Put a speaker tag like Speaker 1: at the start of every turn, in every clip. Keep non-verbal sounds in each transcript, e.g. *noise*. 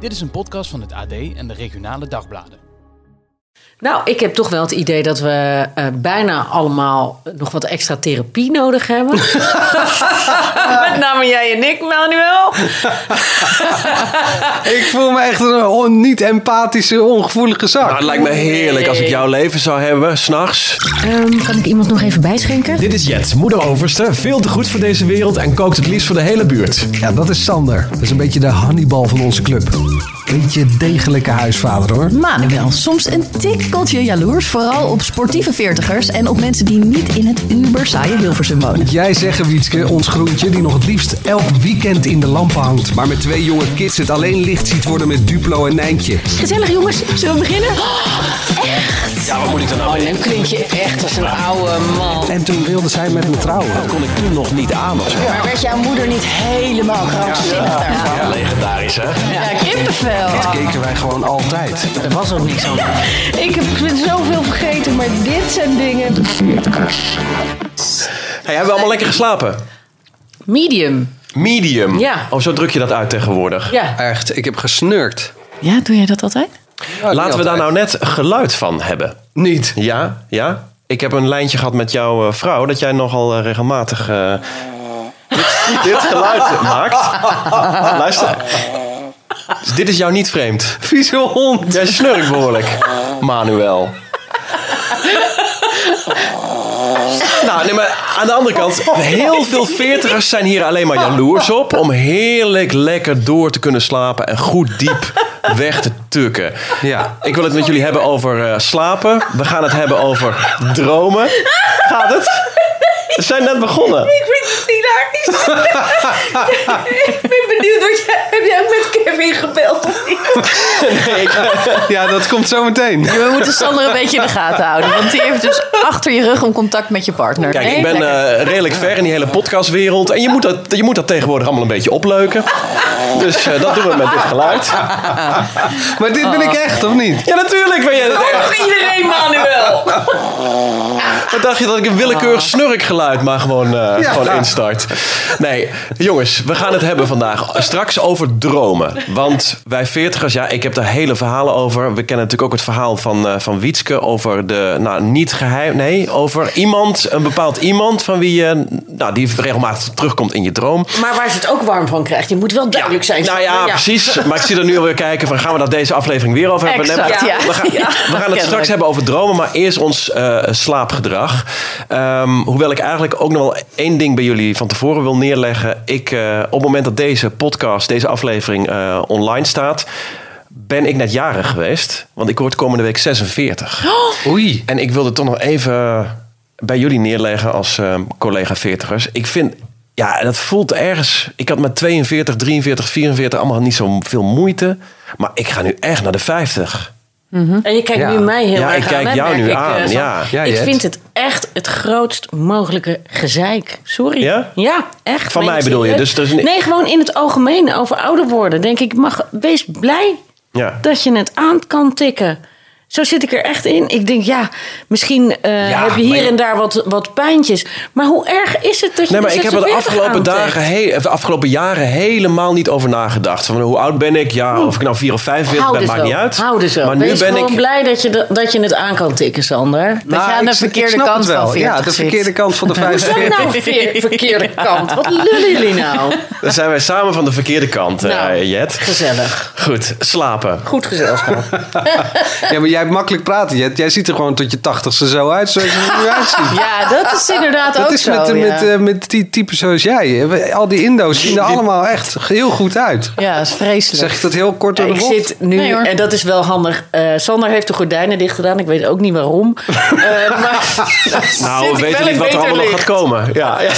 Speaker 1: Dit is een podcast van het AD en de regionale dagbladen.
Speaker 2: Nou, ik heb toch wel het idee dat we eh, bijna allemaal nog wat extra therapie nodig
Speaker 3: *laughs*
Speaker 2: hebben. Met name jij en ik, Manuel.
Speaker 4: Ik voel me echt een on- niet-empathische, ongevoelige zak.
Speaker 5: Nou, het lijkt me heerlijk als ik jouw leven zou hebben, s'nachts.
Speaker 6: kan ik iemand nog even bijschenken?
Speaker 7: Dit is Jet, moederoverste, veel te goed voor deze wereld en kookt het liefst voor de hele buurt.
Speaker 4: Ja, dat is Sander. Dat is een beetje de Hannibal van onze club. Beetje degelijke huisvader hoor.
Speaker 6: Manuel, soms een tikkeltje jaloers, vooral op sportieve veertigers en op mensen die niet in het uber saaie Hilversum wonen.
Speaker 4: Jij zeggen, Wietske, ons groentje die nog het liefst elk weekend in de lampen hangt. Maar met twee jonge kids het alleen licht ziet worden met Duplo en Nijntje.
Speaker 6: Gezellig jongens, zullen we beginnen?
Speaker 5: Ja, wat moet ik dan nou mee?
Speaker 2: Oh, Dan klink je echt als een oude man.
Speaker 4: En toen wilde zij met me trouwen.
Speaker 5: Kon ik toen nog niet aan of zo?
Speaker 8: Maar werd jouw moeder niet helemaal krankzinnig daarvan?
Speaker 5: Ja, legendarisch, hè?
Speaker 6: Ja, kippenvel.
Speaker 4: Dat keken wij gewoon altijd.
Speaker 2: Er was ook niks aan.
Speaker 8: *gasps* Ik heb zoveel vergeten, maar dit zijn dingen...
Speaker 5: Hey, hebben we allemaal lekker geslapen?
Speaker 2: Medium.
Speaker 5: Medium.
Speaker 2: Ja.
Speaker 5: Of zo druk je dat uit tegenwoordig.
Speaker 2: Ja.
Speaker 4: Echt, ik heb gesnurkt.
Speaker 6: Ja, doe jij dat altijd?
Speaker 5: Laten we daar nou net geluid van hebben. *laughs*
Speaker 4: Niet.
Speaker 5: Ja, ja. Ik heb een lijntje gehad met jouw eh, vrouw dat jij nogal eh, regelmatig eh, dit, dit geluid maakt. Luister. Dus dit is jou niet vreemd.
Speaker 4: Vieze hond.
Speaker 5: Jij snurkt behoorlijk, Manuel. Nou, nee, maar aan de andere kant, heel veel veertigers zijn hier alleen maar jaloers op. Om heerlijk lekker door te kunnen slapen en goed diep weg te tukken.
Speaker 4: Ja.
Speaker 5: Ik wil het met jullie hebben over eh, slapen. We gaan het hebben over dromen. Gaat het? We zijn net begonnen.
Speaker 3: Ik vind het hilarisch.
Speaker 2: *laughs*
Speaker 3: ik ben benieuwd, wat jij, heb jij ook met Kevin gebeld of niet?
Speaker 4: *laughs* Ja, dat komt zo meteen.
Speaker 6: We moeten Sander een beetje in de gaten houden, want die heeft dus achter je rug om contact met je partner.
Speaker 5: Kijk, ik ben eh, redelijk ver in die hele podcastwereld. En je moet, dat, je moet dat tegenwoordig allemaal een beetje opleuken. Dus eh, dat doen we met dit geluid.
Speaker 4: Maar dit ben ik
Speaker 5: Ah.
Speaker 4: echt, of niet?
Speaker 5: Ja, natuurlijk ben jij dat echt.
Speaker 3: Voor iedereen, Manuel.
Speaker 5: Wat dacht je dat ik een willekeurig snurkgeluid maar gewoon, eh,
Speaker 4: Ja.
Speaker 5: gewoon instart? Nee, jongens, we gaan het hebben vandaag straks over dromen. Want wij veertigers, ja, ik heb daar hele verhalen over. We kennen natuurlijk ook het verhaal van, eh, van Wietske over de, nou, niet geheim, nee, over iemand, een bepaald iemand van wie je, nou, die regelmatig terugkomt in je droom.
Speaker 2: Maar waar ze het ook warm van krijgt, je moet wel duidelijk zijn.
Speaker 5: Nou ja, precies. Maar ik zie er nu alweer kijken van gaan we dat deze aflevering weer over hebben?
Speaker 6: Exact,
Speaker 5: Nee, maar
Speaker 6: ja.
Speaker 5: We gaan,
Speaker 6: Ja.
Speaker 5: we gaan het
Speaker 6: Kennelijk.
Speaker 5: straks hebben over dromen, maar eerst ons eh, slaapgedrag. Ehm, hoewel ik eigenlijk ook nog wel één ding bij jullie van tevoren wil neerleggen. Ik, eh, op het moment dat deze podcast, deze aflevering eh, online staat, ben ik net jarig geweest. Want ik word komende week 46.
Speaker 6: Oh,
Speaker 4: Oei.
Speaker 5: En ik wilde toch nog even eh, bij jullie neerleggen als eh, collega 40ers. Ik vind, ja, dat voelt ergens. Ik had met 42, 43, 44 allemaal niet zo veel moeite. Maar ik ga nu echt naar de 50.
Speaker 2: En je kijkt
Speaker 4: Ja.
Speaker 2: nu mij heel
Speaker 5: Ja,
Speaker 2: erg
Speaker 5: ik kijk
Speaker 2: aan, hè,
Speaker 5: jou
Speaker 2: merk
Speaker 5: nu
Speaker 2: ik, eh,
Speaker 5: aan,
Speaker 2: Sander.
Speaker 5: ja.
Speaker 4: Ja,
Speaker 2: ik
Speaker 4: Jet.
Speaker 2: vind het echt het grootst mogelijke gezeik. Sorry.
Speaker 5: Ja?
Speaker 2: echt.
Speaker 5: Van
Speaker 2: meen
Speaker 5: mij
Speaker 2: ik
Speaker 5: bedoel je,
Speaker 2: serieus.
Speaker 5: dus er is ni-
Speaker 2: Nee, gewoon in het algemeen over ouder worden. Denk ik, mag, wees blij
Speaker 5: Ja.
Speaker 2: dat je het aan kan tikken. Zo zit ik er echt in. Ik denk, ja, misschien eh,
Speaker 5: Ja,
Speaker 2: heb je hier
Speaker 5: maar-
Speaker 2: en daar wat, wat pijntjes. Maar hoe erg is het dat je
Speaker 5: Nee, maar
Speaker 2: de
Speaker 5: ik heb er de
Speaker 2: 46
Speaker 5: afgelopen,
Speaker 2: aantikt?
Speaker 5: dagen, he- of de afgelopen jaren helemaal niet over nagedacht. Van hoe oud ben ik? Ja, of ik nou 4 of 45 ben,
Speaker 2: er
Speaker 5: maakt
Speaker 2: zo.
Speaker 5: niet uit.
Speaker 2: Hou er zo.
Speaker 5: Maar nu
Speaker 2: Wees
Speaker 5: ben
Speaker 2: gewoon
Speaker 5: ik...
Speaker 2: blij dat je, de- dat je het aan kan tikken, Sander.
Speaker 7: Nou,
Speaker 6: Dat
Speaker 4: Nou,
Speaker 6: je aan de verkeerde kant van 40
Speaker 4: Ja, de
Speaker 6: zit.
Speaker 4: verkeerde kant
Speaker 6: *laughs*
Speaker 4: van de
Speaker 2: Hoezo
Speaker 4: 45.
Speaker 2: nou veer- verkeerde kant? Wat lullen jullie nou?
Speaker 5: Dan zijn wij samen van de verkeerde kant, eh,
Speaker 2: Nou,
Speaker 5: Jet.
Speaker 2: Gezellig.
Speaker 5: Goed, slapen.
Speaker 2: Goed gezelschap.
Speaker 4: Ja, maar jij hebt makkelijk praten, Jet. Jij ziet er gewoon tot je tachtigste zo uit zoals je er nu uitziet.
Speaker 6: Ja, *laughs* dat is inderdaad ook
Speaker 4: Dat is
Speaker 6: zo.
Speaker 4: met,
Speaker 6: ja.
Speaker 4: met, eh, met die typen zoals jij. Al die Indo's zien er allemaal echt heel goed uit.
Speaker 6: ja, dat is vreselijk.
Speaker 4: Zeg ik dat heel kort door de
Speaker 2: Ik
Speaker 4: bocht?
Speaker 2: zit nu,
Speaker 6: Nee, hoor.
Speaker 2: en dat is wel handig. eh, Sander heeft de gordijnen dicht gedaan. Ik weet ook niet waarom. Eh, maar *laughs*
Speaker 5: Nou,
Speaker 2: zit
Speaker 5: we
Speaker 2: ik wel in
Speaker 5: weten niet wat er
Speaker 2: beter
Speaker 5: allemaal nog
Speaker 2: licht.
Speaker 5: gaat komen. Ja, *laughs* ja.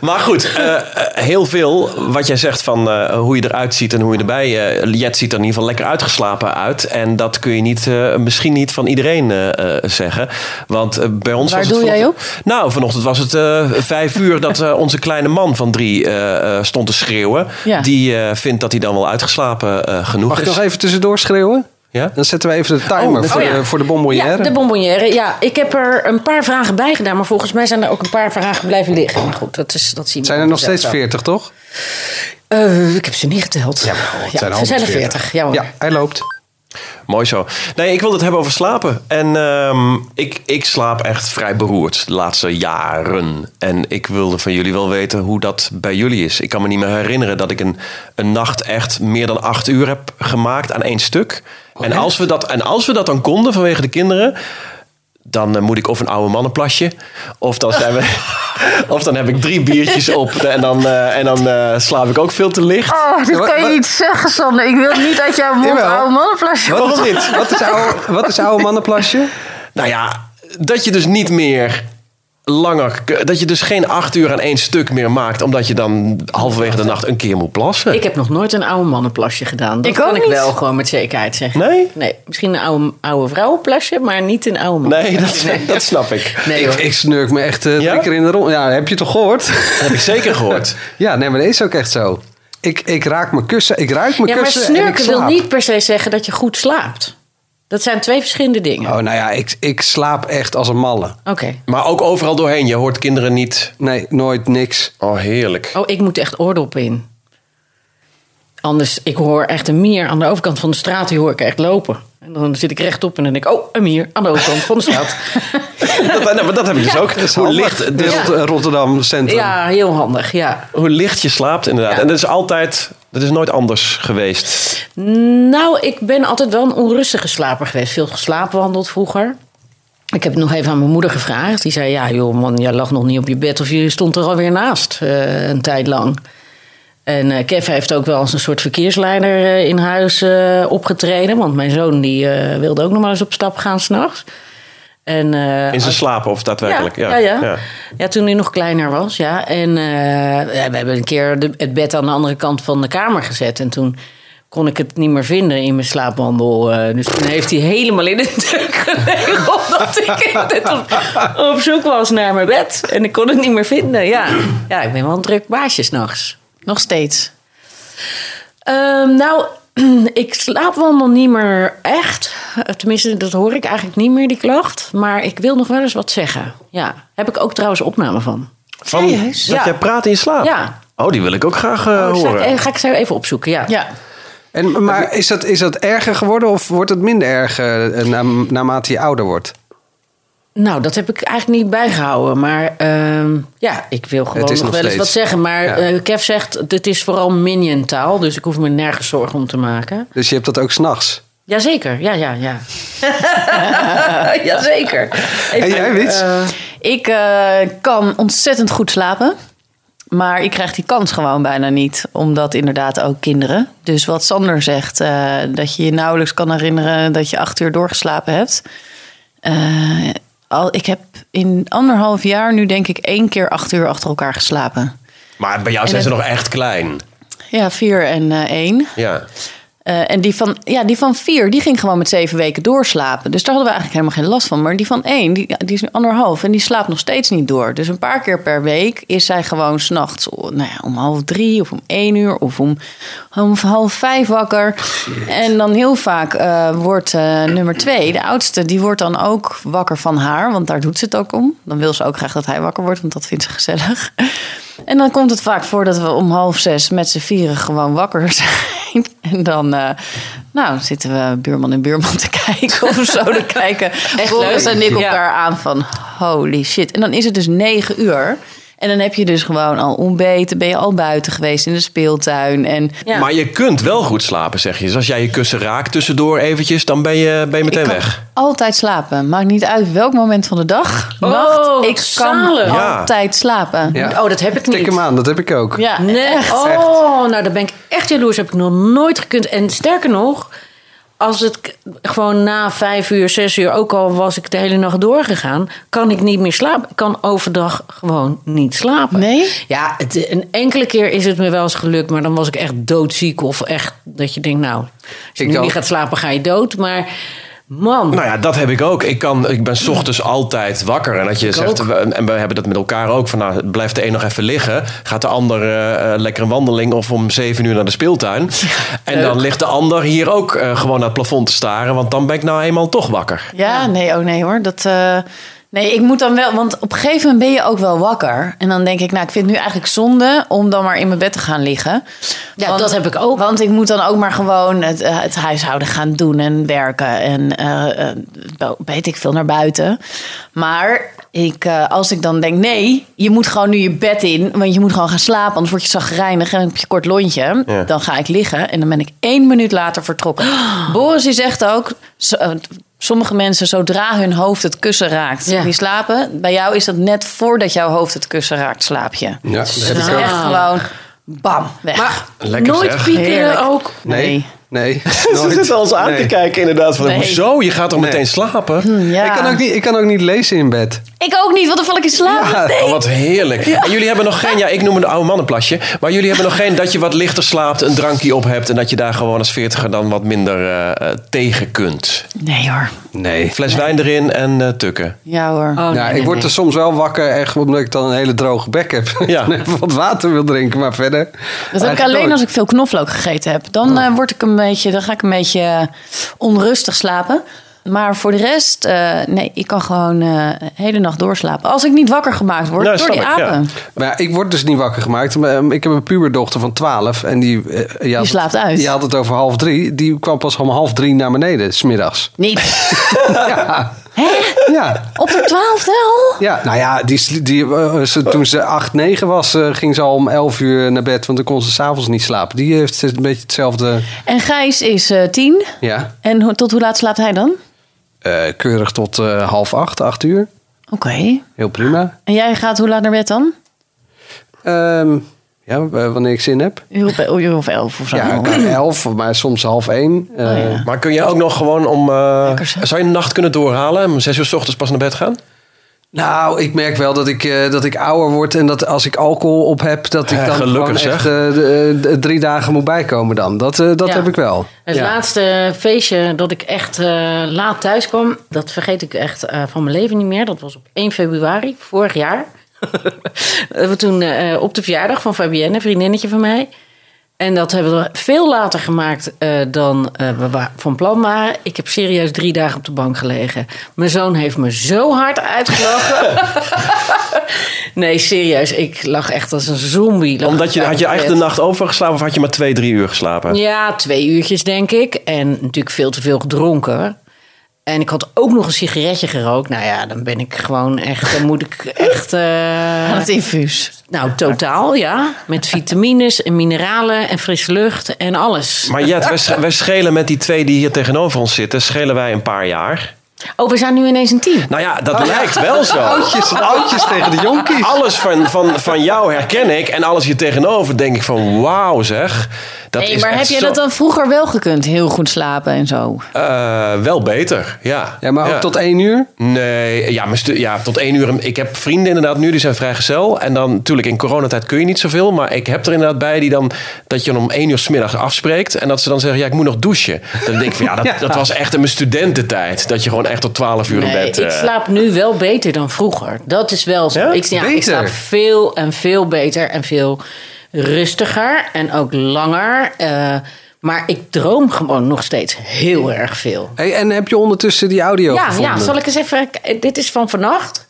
Speaker 5: maar goed, eh, eh, heel veel wat jij zegt van eh, hoe je eruit ziet en hoe je erbij... eh, Jet ziet er in ieder geval lekker uitgeslapen uit. En dat kun je niet, eh, misschien niet van iedereen eh, eh, zeggen. Want eh, bij ons
Speaker 6: Waar
Speaker 5: was het
Speaker 6: doe jij
Speaker 5: vanochtend- Nou, vanochtend was het eh, vijf uur dat eh, onze kleine man van drie eh, eh, stond te schreeuwen.
Speaker 6: Ja.
Speaker 5: Die eh, vindt dat hij dan wel uitgeslapen eh, genoeg
Speaker 4: Mag ik
Speaker 5: is.
Speaker 4: nog even tussendoor schreeuwen?
Speaker 5: Ja?
Speaker 4: Dan zetten we even de timer voor,
Speaker 2: Oh, ja.
Speaker 4: de, voor de bonbonnière.
Speaker 2: Ja, de bonbonnière. Ja, ik heb er een paar vragen bij gedaan, maar volgens mij zijn er ook een paar vragen blijven liggen. Maar goed, dat, is, dat zien we.
Speaker 4: Zijn er nog
Speaker 2: zelf
Speaker 4: steeds
Speaker 2: wel.
Speaker 4: 40, toch?
Speaker 2: Eh, ik heb ze niet geteld. Ja,
Speaker 4: het zijn
Speaker 2: ze zijn er
Speaker 4: 140.
Speaker 2: 40. Ja, hoor.
Speaker 4: Ja, hij loopt.
Speaker 5: Mooi zo. Nee, ik wilde het hebben over slapen. En ehm, ik, ik slaap echt vrij beroerd de laatste jaren. En ik wilde van jullie wel weten hoe dat bij jullie is. Ik kan me niet meer herinneren dat ik een, een nacht echt meer dan acht uur heb gemaakt aan één stuk. en, als we dat, en als we dat dan konden vanwege de kinderen, dan eh, moet ik of een oude mannenplasje, of dan, zijn we, of dan heb ik drie biertjes op en dan, eh, en dan eh, slaap ik ook veel te licht.
Speaker 3: Oh, dit
Speaker 4: kan je Wat-
Speaker 3: niet zeggen, Sander. Ik wil niet uit jouw mond
Speaker 4: Jawel. oude
Speaker 3: mannenplasje
Speaker 4: Wat is dit? Wat is oude, wat is oude mannenplasje?
Speaker 5: Nou ja, dat je dus niet meer langer... Dat je dus geen acht uur aan één stuk meer maakt... omdat je dan halverwege de nacht een keer moet plassen.
Speaker 2: Ik heb nog nooit een oude mannenplasje gedaan. Dat
Speaker 3: Ik ook
Speaker 2: kan ik
Speaker 3: niet.
Speaker 2: wel gewoon met zekerheid zeggen.
Speaker 5: Nee?
Speaker 2: Nee, misschien een oude, oude vrouwenplasje, maar niet een oude man.
Speaker 5: Nee,
Speaker 2: *laughs*
Speaker 5: dat, dat snap *laughs* ik.
Speaker 2: Nee,
Speaker 4: ik,
Speaker 2: hoor.
Speaker 4: ik snurk me echt eh, drie
Speaker 5: Ja?
Speaker 4: keer in de rond. Ja, heb je toch gehoord?
Speaker 5: Dat heb ik zeker gehoord.
Speaker 4: *laughs* ja, nee, maar dat is ook echt zo. Ik, ik raak mijn kussen, ik ruik mijn
Speaker 2: ja, maar
Speaker 4: kussen en ik
Speaker 2: snurken wil
Speaker 4: slaap.
Speaker 2: niet per se zeggen dat je goed slaapt. Dat zijn twee verschillende dingen.
Speaker 4: Oh, nou ja, ik, ik slaap echt als een malle.
Speaker 2: Oké.
Speaker 5: Maar ook overal doorheen. Je hoort kinderen niet...
Speaker 4: Nee, nooit niks.
Speaker 5: Oh, heerlijk.
Speaker 2: Oh, ik moet echt oordoppen in. Anders, ik hoor echt een mier aan de overkant van de straat. Die hoor ik echt lopen. En dan zit ik rechtop en dan denk ik... Oh, een mier aan de overkant van de straat.
Speaker 5: Dat, nou, maar dat heb ik dus ook. Hoe
Speaker 4: Handig.
Speaker 5: licht,
Speaker 4: Dit
Speaker 5: dus-
Speaker 4: Rot- Rotterdam Centrum.
Speaker 2: ja, heel handig, ja.
Speaker 5: hoe licht je slaapt inderdaad. En dat is altijd... Dat is nooit anders geweest.
Speaker 2: Nou, ik ben altijd wel een onrustige slaper geweest. Veel geslaapwandeld vroeger. Ik heb het nog even aan mijn moeder gevraagd. Die zei, ja joh man, jij lag nog niet op je bed... of je stond er alweer naast eh, een tijd lang. En eh Kev heeft ook wel als een soort verkeersleider eh, in huis eh, opgetreden. Want mijn zoon die, eh, wilde ook nog maar eens op stap gaan s'nachts. En, eh,
Speaker 5: In zijn
Speaker 2: als-
Speaker 5: slapen of daadwerkelijk. Ja,
Speaker 2: ja, ja. ja. Ja, toen hij nog kleiner was, ja. En eh, ja, we hebben een keer de, het bed aan de andere kant van de kamer gezet. En toen kon ik het niet meer vinden in mijn slaapwandel. eh, dus toen heeft hij helemaal in de *laughs* deuk gelegen... omdat ik altijd op, op zoek was naar mijn bed. En ik kon het niet meer vinden, ja. Ja, ik ben wel een druk baasje s'nachts. Nog steeds. Ehm, nou, *clears throat* ik slaapwandel niet meer echt. Eh, Tenminste, dat hoor ik eigenlijk niet meer, die klacht. Maar ik wil nog wel eens wat zeggen. Ja, heb ik ook trouwens opname van.
Speaker 5: Van, dat
Speaker 2: Ja.
Speaker 5: jij praat in je slaap.
Speaker 2: Ja.
Speaker 5: Oh, die wil ik ook graag eh,
Speaker 2: Oh,
Speaker 5: horen.
Speaker 2: ga, ik, ga ik zo even opzoeken, ja.
Speaker 3: Ja.
Speaker 4: En, maar is dat, is dat erger geworden of wordt het minder erg eh, na- naarmate je ouder wordt?
Speaker 2: Nou, dat heb ik eigenlijk niet bijgehouden. Maar ehm, ja, ik wil gewoon
Speaker 4: Het
Speaker 2: nog,
Speaker 4: is nog
Speaker 2: wel eens
Speaker 4: steeds.
Speaker 2: wat zeggen. Maar
Speaker 4: Ja.
Speaker 2: eh, Kev zegt, het is vooral minion-taal. Dus ik hoef me nergens zorgen om te maken.
Speaker 4: Dus je hebt dat ook s'nachts.
Speaker 2: Jazeker, ja, ja, ja. Jazeker.
Speaker 4: En jij, Wits?
Speaker 8: Ik eh, kan ontzettend goed slapen. Maar ik krijg die kans gewoon bijna niet. Omdat inderdaad ook kinderen. Dus wat Sander zegt, eh, dat je je nauwelijks kan herinneren dat je acht uur doorgeslapen hebt. Eh, al, ik heb in anderhalf jaar nu denk ik één keer acht uur achter elkaar geslapen.
Speaker 5: Maar bij jou zijn ze nog echt klein.
Speaker 8: Ja, vier en eh, één.
Speaker 5: Ja.
Speaker 8: Eh, en die van, ja, die van vier, die ging gewoon met zeven weken doorslapen. Dus daar hadden we eigenlijk helemaal geen last van. Maar die van één, die, die is nu anderhalf en die slaapt nog steeds niet door. Dus een paar keer per week is zij gewoon s'nachts nou ja, om half drie of om één uur of om, om half vijf wakker. En dan heel vaak eh, wordt eh, nummer twee, de oudste, die wordt dan ook wakker van haar. Want daar doet ze het ook om. Dan wil ze ook graag dat hij wakker wordt, want dat vindt ze gezellig. En dan komt het vaak voor dat we om half zes met z'n vieren gewoon wakker *laughs* zijn. En dan eh, nou, zitten we buurman en buurman te kijken of zo.
Speaker 2: *laughs*
Speaker 8: Dan kijken Boris en ik elkaar aan van holy shit. En dan is het dus negen uur. En dan heb je dus gewoon al ontbeten. Ben je al buiten geweest in de speeltuin. En
Speaker 2: Ja.
Speaker 5: Maar je kunt wel goed slapen, zeg je. Dus als jij je kussen raakt tussendoor eventjes, dan ben je, ben je meteen
Speaker 8: ik kan
Speaker 5: weg.
Speaker 8: altijd slapen. Maakt niet uit welk moment van de dag,
Speaker 2: Oh,
Speaker 8: nacht. Ik kan
Speaker 2: zalig.
Speaker 5: Ja.
Speaker 8: altijd slapen.
Speaker 4: Ja.
Speaker 2: Oh, dat heb ik
Speaker 4: Tik
Speaker 2: niet.
Speaker 4: hem aan, dat heb ik ook.
Speaker 8: Ja,
Speaker 2: Nee. Oh, nou, daar ben ik echt jaloers. Heb ik nog nooit gekund. En sterker nog, als het k- gewoon na vijf uur, zes uur, ook al was ik de hele nacht doorgegaan, kan ik niet meer slapen. Ik kan overdag gewoon niet slapen.
Speaker 8: Nee?
Speaker 2: Ja, het, een enkele keer is het me wel eens gelukt, maar dan was ik echt doodziek. Of echt dat je denkt, nou, als je
Speaker 4: Ik
Speaker 2: nu
Speaker 4: ook.
Speaker 2: niet gaat slapen, ga je dood. Maar. Man.
Speaker 5: Nou ja, dat heb ik ook. Ik, kan, ik ben 's ochtends altijd wakker. En dat je zegt,
Speaker 2: ook.
Speaker 5: we- en we hebben dat met elkaar ook. Van, nou, blijft de een nog even liggen. Gaat de ander eh, eh, lekker een wandeling of om zeven uur naar de speeltuin. en dan ligt de ander hier ook eh, gewoon naar het plafond te staren. Want dan ben ik nou eenmaal toch wakker.
Speaker 8: Ja, nee, oh nee hoor. Dat, eh, nee, ik moet dan wel, want op een gegeven moment ben je ook wel wakker. En dan denk ik, nou, ik vind het nu eigenlijk zonde om dan maar in mijn bed te gaan liggen.
Speaker 2: Ja, dat heb ik ook.
Speaker 8: Want ik moet dan ook maar gewoon het, eh, het huishouden gaan doen en werken. En eh, eh, wel- weet ik veel naar buiten. Maar ik, eh, als ik dan denk, nee, je moet gewoon nu je bed in. Want je moet gewoon gaan slapen, anders word je zagrijnig en heb je kort lontje.
Speaker 5: Ja.
Speaker 8: Dan ga ik liggen en dan ben ik één minuut later vertrokken.
Speaker 2: *gasps*
Speaker 8: Boris die zegt ook, zo- eh, sommige mensen zodra hun hoofd het kussen raakt,
Speaker 2: Ja.
Speaker 8: die slapen. Bij jou is dat net voordat jouw hoofd het kussen raakt, slaap je.
Speaker 5: Ja,
Speaker 8: Dat is echt
Speaker 2: Ah.
Speaker 8: gewoon bam, weg.
Speaker 5: Lekker
Speaker 2: Nooit
Speaker 5: zeg.
Speaker 2: piekeren
Speaker 8: Heerlijk.
Speaker 2: ook.
Speaker 8: nee.
Speaker 7: Nee.
Speaker 5: *laughs* Ze zitten al eens aan te kijken inderdaad. Van, Hm.
Speaker 8: Nee.
Speaker 5: Hoezo? Je gaat toch
Speaker 7: Nee.
Speaker 5: meteen slapen?
Speaker 8: Hmm, Ja.
Speaker 7: Ik, kan ook niet, ik kan ook niet lezen in bed.
Speaker 8: Ik ook niet, want dan val ik in slaap.
Speaker 5: Oh, wat heerlijk. En jullie hebben nog geen, ja, ik noem het een oude mannenplasje. Maar jullie hebben nog geen dat je wat lichter slaapt, een drankje op hebt. En dat je daar gewoon als veertiger dan wat minder eh, eh, tegen kunt.
Speaker 8: Nee hoor. Oh.
Speaker 7: Nee.
Speaker 5: Fles wijn erin en eh, tukken.
Speaker 8: Ja hoor.
Speaker 7: ja, ik word er soms wel wakker, echt omdat ik dan een hele droge bek heb.
Speaker 5: Ja.
Speaker 7: *laughs* En even wat water wil drinken, maar verder.
Speaker 8: dat heb ik alleen als ik veel knoflook gegeten heb. Dan eh, word ik een beetje, dan ga ik een beetje eh, onrustig slapen. Maar voor de rest, eh, nee, ik kan gewoon eh, de hele nacht doorslapen. Als ik niet wakker gemaakt word
Speaker 5: Nou,
Speaker 8: door die
Speaker 5: snap ik, ja.
Speaker 8: apen.
Speaker 7: Maar ja, ik word dus niet wakker gemaakt. maar, ehm, Ik heb een puberdochter van 12 en die. eh, je had het-
Speaker 8: slaapt uit.
Speaker 7: Je had het over half drie. Die kwam pas om half drie naar beneden,
Speaker 8: *laughs*
Speaker 7: smiddags.
Speaker 8: Niet.
Speaker 7: Ja. ja.
Speaker 8: Op de twaalfde al?
Speaker 7: Ja, nou ja, die, sli- die, eh, ze, toen ze 8, 9 was, eh, ging ze al om 11 uur naar bed. Want dan kon ze s'avonds niet slapen. Die heeft een beetje hetzelfde.
Speaker 8: En Gijs is eh, tien.
Speaker 7: Ja,
Speaker 8: En ho- tot hoe laat slaapt hij dan?
Speaker 7: eh, keurig tot eh, half 8, 8 uur.
Speaker 8: Oké.
Speaker 7: Heel prima.
Speaker 8: En jij gaat hoe laat naar bed dan?
Speaker 7: Ehm, ja, w- wanneer ik zin heb.
Speaker 8: Uur op, uur of elf of zo.
Speaker 7: Ja, elf, maar soms half één. Eh,
Speaker 8: Oh, ja.
Speaker 5: Maar kun je ook nog gewoon om... eh,
Speaker 8: Lekker zo.
Speaker 5: zou je een nacht kunnen doorhalen en om zes uur s ochtends pas naar bed gaan?
Speaker 7: Nou, ik merk wel dat ik, eh, dat ik ouder word en dat als ik alcohol op heb, dat ik
Speaker 5: Ja,
Speaker 7: dan
Speaker 5: gelukkig,
Speaker 7: gewoon echt
Speaker 5: zeg.
Speaker 7: eh, de- de- drie dagen moet bijkomen dan. Dat, eh, dat
Speaker 2: Ja.
Speaker 7: heb ik wel.
Speaker 2: Het
Speaker 7: Ja.
Speaker 2: laatste feestje dat ik echt eh, laat thuis kwam, dat vergeet ik echt eh, van mijn leven niet meer. Dat was op 1 februari vorig
Speaker 7: *laughs*
Speaker 2: jaar. we toen eh, op de verjaardag van Fabienne, een vriendinnetje van mij. En dat hebben we veel later gemaakt eh, dan eh, we wa- van plan waren. Ik heb serieus drie dagen op de bank gelegen. Mijn zoon heeft me zo hard uitgelachen. *laughs* nee, serieus. Ik lag echt als een zombie. lag
Speaker 5: Omdat je,
Speaker 2: ik
Speaker 5: had je
Speaker 2: daar op
Speaker 5: eigenlijk
Speaker 2: bed.
Speaker 5: de nacht overgeslapen of had je maar twee, drie uur geslapen?
Speaker 2: Ja, twee uurtjes denk ik. En natuurlijk veel te veel gedronken. En ik had ook nog een sigaretje gerookt. Nou ja, dan ben ik gewoon echt. Dan moet ik echt. eh,
Speaker 8: *laughs* Aan het infuus.
Speaker 2: nou, totaal ja. Met vitamines en mineralen en frisse lucht en alles.
Speaker 5: Maar Jet, wij, sch- wij schelen met die twee die hier tegenover ons zitten, schelen wij een paar jaar.
Speaker 2: Oh, we zijn nu ineens een team.
Speaker 5: Nou ja, dat lijkt wel zo.
Speaker 7: Oudjes, oudjes tegen de jonkies.
Speaker 5: Alles van, van, van jou herken ik. En alles hier tegenover denk ik van wauw zeg. Dat
Speaker 8: Nee,
Speaker 5: is
Speaker 8: maar
Speaker 5: echt
Speaker 8: heb je
Speaker 5: zo-
Speaker 8: dat dan vroeger wel gekund? Heel goed slapen en zo.
Speaker 5: Eh, wel beter, ja.
Speaker 7: Ja, maar ook tot één uur?
Speaker 5: Nee, ja, mijn stu- ja, tot één uur. Ik heb vrienden inderdaad nu, die zijn vrijgezel. En dan natuurlijk in coronatijd kun je niet zoveel. Maar ik heb er inderdaad bij die dan... dat je dan om één uur smiddag afspreekt. En dat ze dan zeggen, ja, ik moet nog douchen. Dan denk ik van,
Speaker 7: *laughs*
Speaker 5: ja, dat, dat was echt in mijn studententijd. Dat je gewoon echt tot twaalf uur in
Speaker 2: Nee,
Speaker 5: bed...
Speaker 2: ik
Speaker 5: eh,
Speaker 2: slaap nu wel beter dan vroeger. Dat is wel zo.
Speaker 5: Ja?
Speaker 2: Ik, ja, ik
Speaker 7: Beter?
Speaker 2: slaap veel en veel beter en veel rustiger en ook langer. Eh, maar ik droom gewoon nog steeds heel erg veel.
Speaker 7: Hey, en heb je ondertussen die audio
Speaker 2: Ja,
Speaker 7: gevonden?
Speaker 2: ja, zal ik eens even. k- Dit is van vannacht.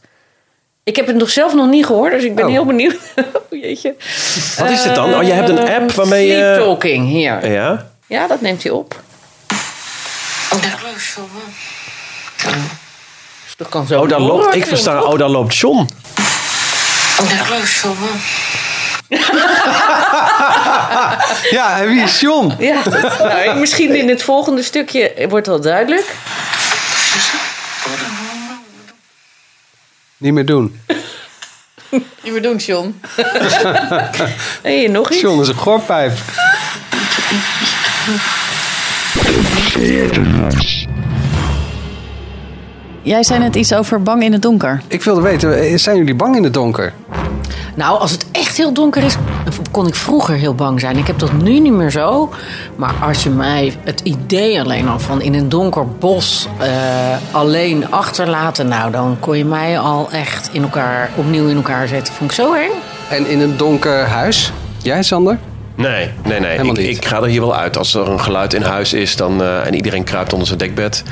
Speaker 2: Ik heb het nog zelf nog niet gehoord, dus ik ben
Speaker 7: Oh.
Speaker 2: heel benieuwd. *laughs* oh, jeetje.
Speaker 5: Wat is dit dan? Oh, je hebt een
Speaker 2: Eh,
Speaker 5: app waarmee je-
Speaker 2: Sleep Talking hier.
Speaker 5: Ja?
Speaker 2: Ja, dat neemt hij op. Dat kan zo.
Speaker 5: Oh, daar loopt... Ik
Speaker 2: doorwerken,
Speaker 5: versta,
Speaker 2: toch?
Speaker 5: oh, daar loopt John.
Speaker 7: Ja, en wie is John?
Speaker 2: Ja, *laughs* nou, ik- misschien in het volgende stukje wordt dat duidelijk.
Speaker 7: Niet meer doen.
Speaker 8: Niet meer doen, John.
Speaker 2: Hé, nog iets.
Speaker 7: John is een gorpijp.
Speaker 8: Jij zei net iets over bang in het donker.
Speaker 7: Ik wilde weten, eh, zijn jullie bang in het donker?
Speaker 2: Nou, als het echt heel donker is, kon ik vroeger heel bang zijn. Ik heb dat nu niet meer zo. Maar als je mij het idee alleen al van in een donker bos eh, alleen achterlaten, nou dan kon je mij al echt in elkaar, opnieuw in elkaar zetten. Vond ik zo eng.
Speaker 7: En in een donker huis? Jij, Sander?
Speaker 5: Nee, nee, nee.
Speaker 7: Helemaal
Speaker 5: Ik,
Speaker 7: niet.
Speaker 5: ik ga er hier wel uit. Als er een geluid in huis is dan, eh, en iedereen kruipt onder zijn dekbed.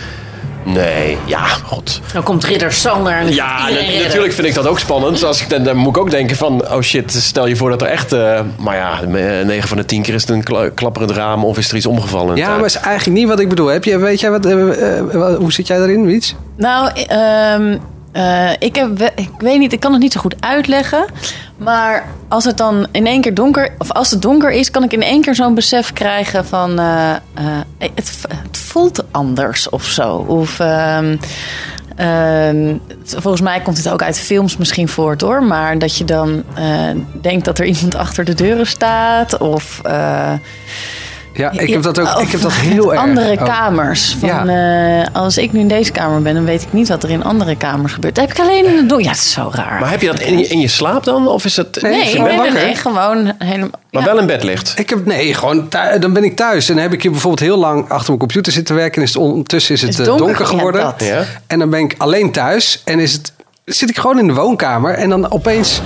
Speaker 5: Nee, ja, god.
Speaker 2: Dan komt Ridder Sander en
Speaker 5: Ja,
Speaker 2: iedereen
Speaker 5: na-
Speaker 2: redden.
Speaker 5: natuurlijk vind ik dat ook spannend. Als ik, dan, dan moet ik ook denken van, oh shit, stel je voor dat er echt... eh, maar ja, 9 van de 10 keer is het een kla- klapperend raam of is er iets omgevallen. in de
Speaker 7: Ja,
Speaker 5: tuin.
Speaker 7: maar is eigenlijk niet wat ik bedoel. Heb je, weet jij wat, eh, eh, wa- hoe zit jij daarin, Wiets?
Speaker 8: Nou, ehm, eh, ik, heb, we- ik weet niet, ik kan het niet zo goed uitleggen. Maar als het dan in één keer donker, of als het donker is, kan ik in één keer zo'n besef krijgen van eh, eh, het, v- het voelt anders of zo. Of ehm, ehm, t- volgens mij komt het ook uit films misschien voort hoor. Maar dat je dan eh, denkt dat er iemand *laughs* achter de deuren staat. Of eh,
Speaker 7: Ja, ik
Speaker 8: ja,
Speaker 7: heb dat ook.
Speaker 8: of
Speaker 7: Ik heb dat heel erg. Oh.
Speaker 8: Andere
Speaker 7: ook.
Speaker 8: kamers. Van, eh, als ik nu in deze kamer ben, dan weet ik niet wat er in andere kamers gebeurt. Dat heb ik alleen in de donker. Ja, het is zo raar.
Speaker 5: Maar heb je dat in je, in je slaap dan? Of is het...
Speaker 8: nee,
Speaker 7: je
Speaker 8: nee,
Speaker 7: bent
Speaker 8: nee,
Speaker 7: wakker?
Speaker 8: nee, gewoon helemaal.
Speaker 5: Maar
Speaker 8: ja.
Speaker 5: wel in bed ligt.
Speaker 7: Ik heb, nee, gewoon thui- dan ben ik thuis. En dan heb ik hier bijvoorbeeld heel lang achter mijn computer zitten werken. En is het ondertussen is het
Speaker 8: Is
Speaker 7: eh,
Speaker 8: donker,
Speaker 7: donker,
Speaker 8: ja,
Speaker 7: geworden.
Speaker 8: dat.
Speaker 5: Ja.
Speaker 7: En dan ben ik alleen thuis. En is het, zit ik gewoon in de woonkamer. En dan opeens